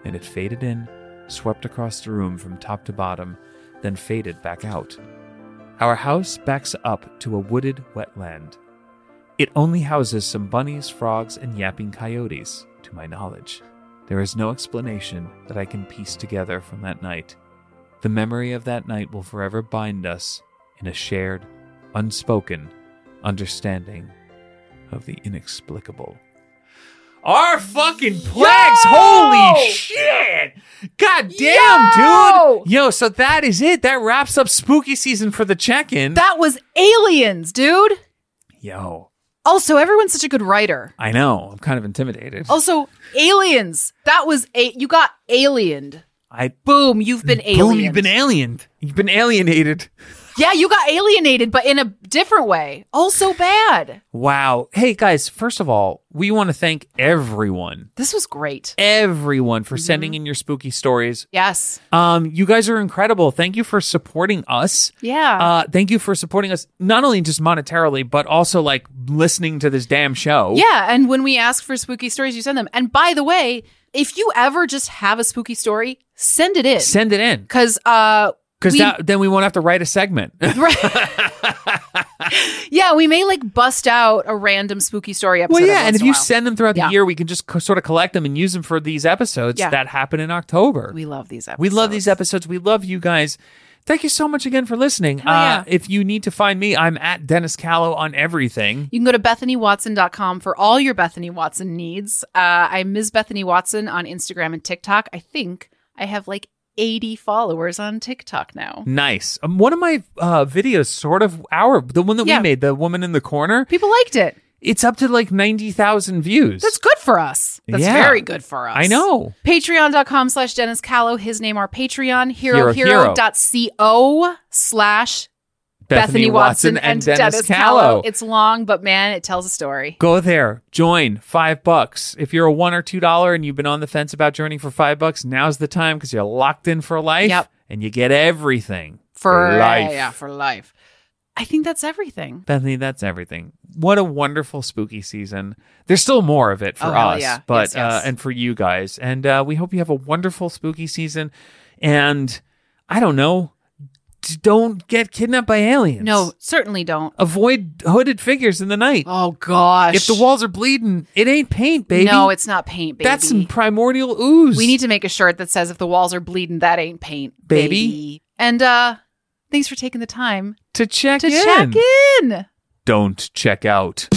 [SPEAKER 1] and it faded in, swept across the room from top to bottom, then faded back out. Our house backs up to a wooded wetland. It only houses some bunnies, frogs, and yapping coyotes, to my knowledge. There is no explanation that I can piece together from that night. The memory of that night will forever bind us in a shared, unspoken understanding of the inexplicable. Our fucking plagues!
[SPEAKER 2] Yo!
[SPEAKER 1] Holy shit! God damn,
[SPEAKER 2] Yo!
[SPEAKER 1] dude! Yo, so that is it. That wraps up spooky season for the check-in.
[SPEAKER 2] That was aliens, dude.
[SPEAKER 1] Yo,
[SPEAKER 2] Also, everyone's such a good writer.
[SPEAKER 1] I know. I'm kind of intimidated.
[SPEAKER 2] Also, aliens. That was a you got aliened.
[SPEAKER 1] I
[SPEAKER 2] Boom, you've been aliened.
[SPEAKER 1] Boom, you've been aliened. You've been alienated.
[SPEAKER 2] Yeah, you got alienated, but in a different way. Oh, so bad.
[SPEAKER 1] Wow. Hey, guys, first of all, we want to thank everyone,
[SPEAKER 2] This was great.
[SPEAKER 1] everyone
[SPEAKER 2] Mm-hmm.
[SPEAKER 1] for sending in your spooky stories.
[SPEAKER 2] Yes.
[SPEAKER 1] Um, you guys are incredible. Thank you for supporting us.
[SPEAKER 2] Yeah.
[SPEAKER 1] Uh, thank you for supporting us, not only just monetarily, but also like listening to this damn show.
[SPEAKER 2] yeah. And when we ask for spooky stories, you send them. And by the way, if you ever just have a spooky story, send it in.
[SPEAKER 1] Send it in.
[SPEAKER 2] Because uh,
[SPEAKER 1] Because
[SPEAKER 2] We-
[SPEAKER 1] then we won't have to write a segment.
[SPEAKER 2] Right. yeah, we may like bust out a random spooky story episode.
[SPEAKER 1] well,
[SPEAKER 2] every
[SPEAKER 1] yeah. And
[SPEAKER 2] once
[SPEAKER 1] if
[SPEAKER 2] in a
[SPEAKER 1] you
[SPEAKER 2] while.
[SPEAKER 1] send them throughout
[SPEAKER 2] Yeah.
[SPEAKER 1] the year, we can just co- sort of collect them and use them for these episodes
[SPEAKER 2] Yeah.
[SPEAKER 1] that happen in October.
[SPEAKER 2] we love these episodes.
[SPEAKER 1] We love these episodes. We love you guys. Thank you so much again for listening.
[SPEAKER 2] yeah.
[SPEAKER 1] uh, if you need to find me, I'm at Dennis Callow on everything.
[SPEAKER 2] You can go to BethanyWatson.com for all your Bethany Watson needs. Uh, I'm Ms. Bethany Watson on Instagram and TikTok. I think I have like 80 followers on TikTok now.
[SPEAKER 1] Nice. Um, one of my uh, videos, sort of our the one that
[SPEAKER 2] Yeah.
[SPEAKER 1] we made, the woman in the corner.
[SPEAKER 2] People liked it.
[SPEAKER 1] It's up to like ninety thousand views.
[SPEAKER 2] That's good for us. That's
[SPEAKER 1] Yeah.
[SPEAKER 2] very good for us.
[SPEAKER 1] I know.
[SPEAKER 2] Patreon.com slash Dennis Callow. His name our Patreon.
[SPEAKER 1] Hero Hero.
[SPEAKER 2] HeroHero.co slash Bethany Watson and Dennis Callow. It's long, but man, it tells a story.
[SPEAKER 1] Go there, join five bucks. If you're a one or two dollar and you've been on the fence about joining for five bucks, now's the time because you're locked in for life
[SPEAKER 2] Yep.
[SPEAKER 1] and you get everything
[SPEAKER 2] For
[SPEAKER 1] life.
[SPEAKER 2] Yeah, for life. I think that's everything.
[SPEAKER 1] Bethany, that's everything. What a wonderful spooky season. There's still more of it for
[SPEAKER 2] Oh, hell
[SPEAKER 1] us,
[SPEAKER 2] yeah.
[SPEAKER 1] but
[SPEAKER 2] Yes, yes.
[SPEAKER 1] Uh, and for you guys. And uh, we hope you have a wonderful spooky season. And I don't know, d- don't get kidnapped by aliens.
[SPEAKER 2] No, certainly don't.
[SPEAKER 1] avoid hooded figures in the night.
[SPEAKER 2] Oh gosh.
[SPEAKER 1] if the walls are bleeding, it ain't paint, baby.
[SPEAKER 2] No, it's not paint, baby.
[SPEAKER 1] that's some primordial ooze.
[SPEAKER 2] we need to make a shirt that says if the walls are bleeding, that ain't paint,
[SPEAKER 1] Baby.
[SPEAKER 2] And uh thanks for taking the time
[SPEAKER 1] to check
[SPEAKER 2] to
[SPEAKER 1] in.
[SPEAKER 2] check in.
[SPEAKER 1] Don't check out.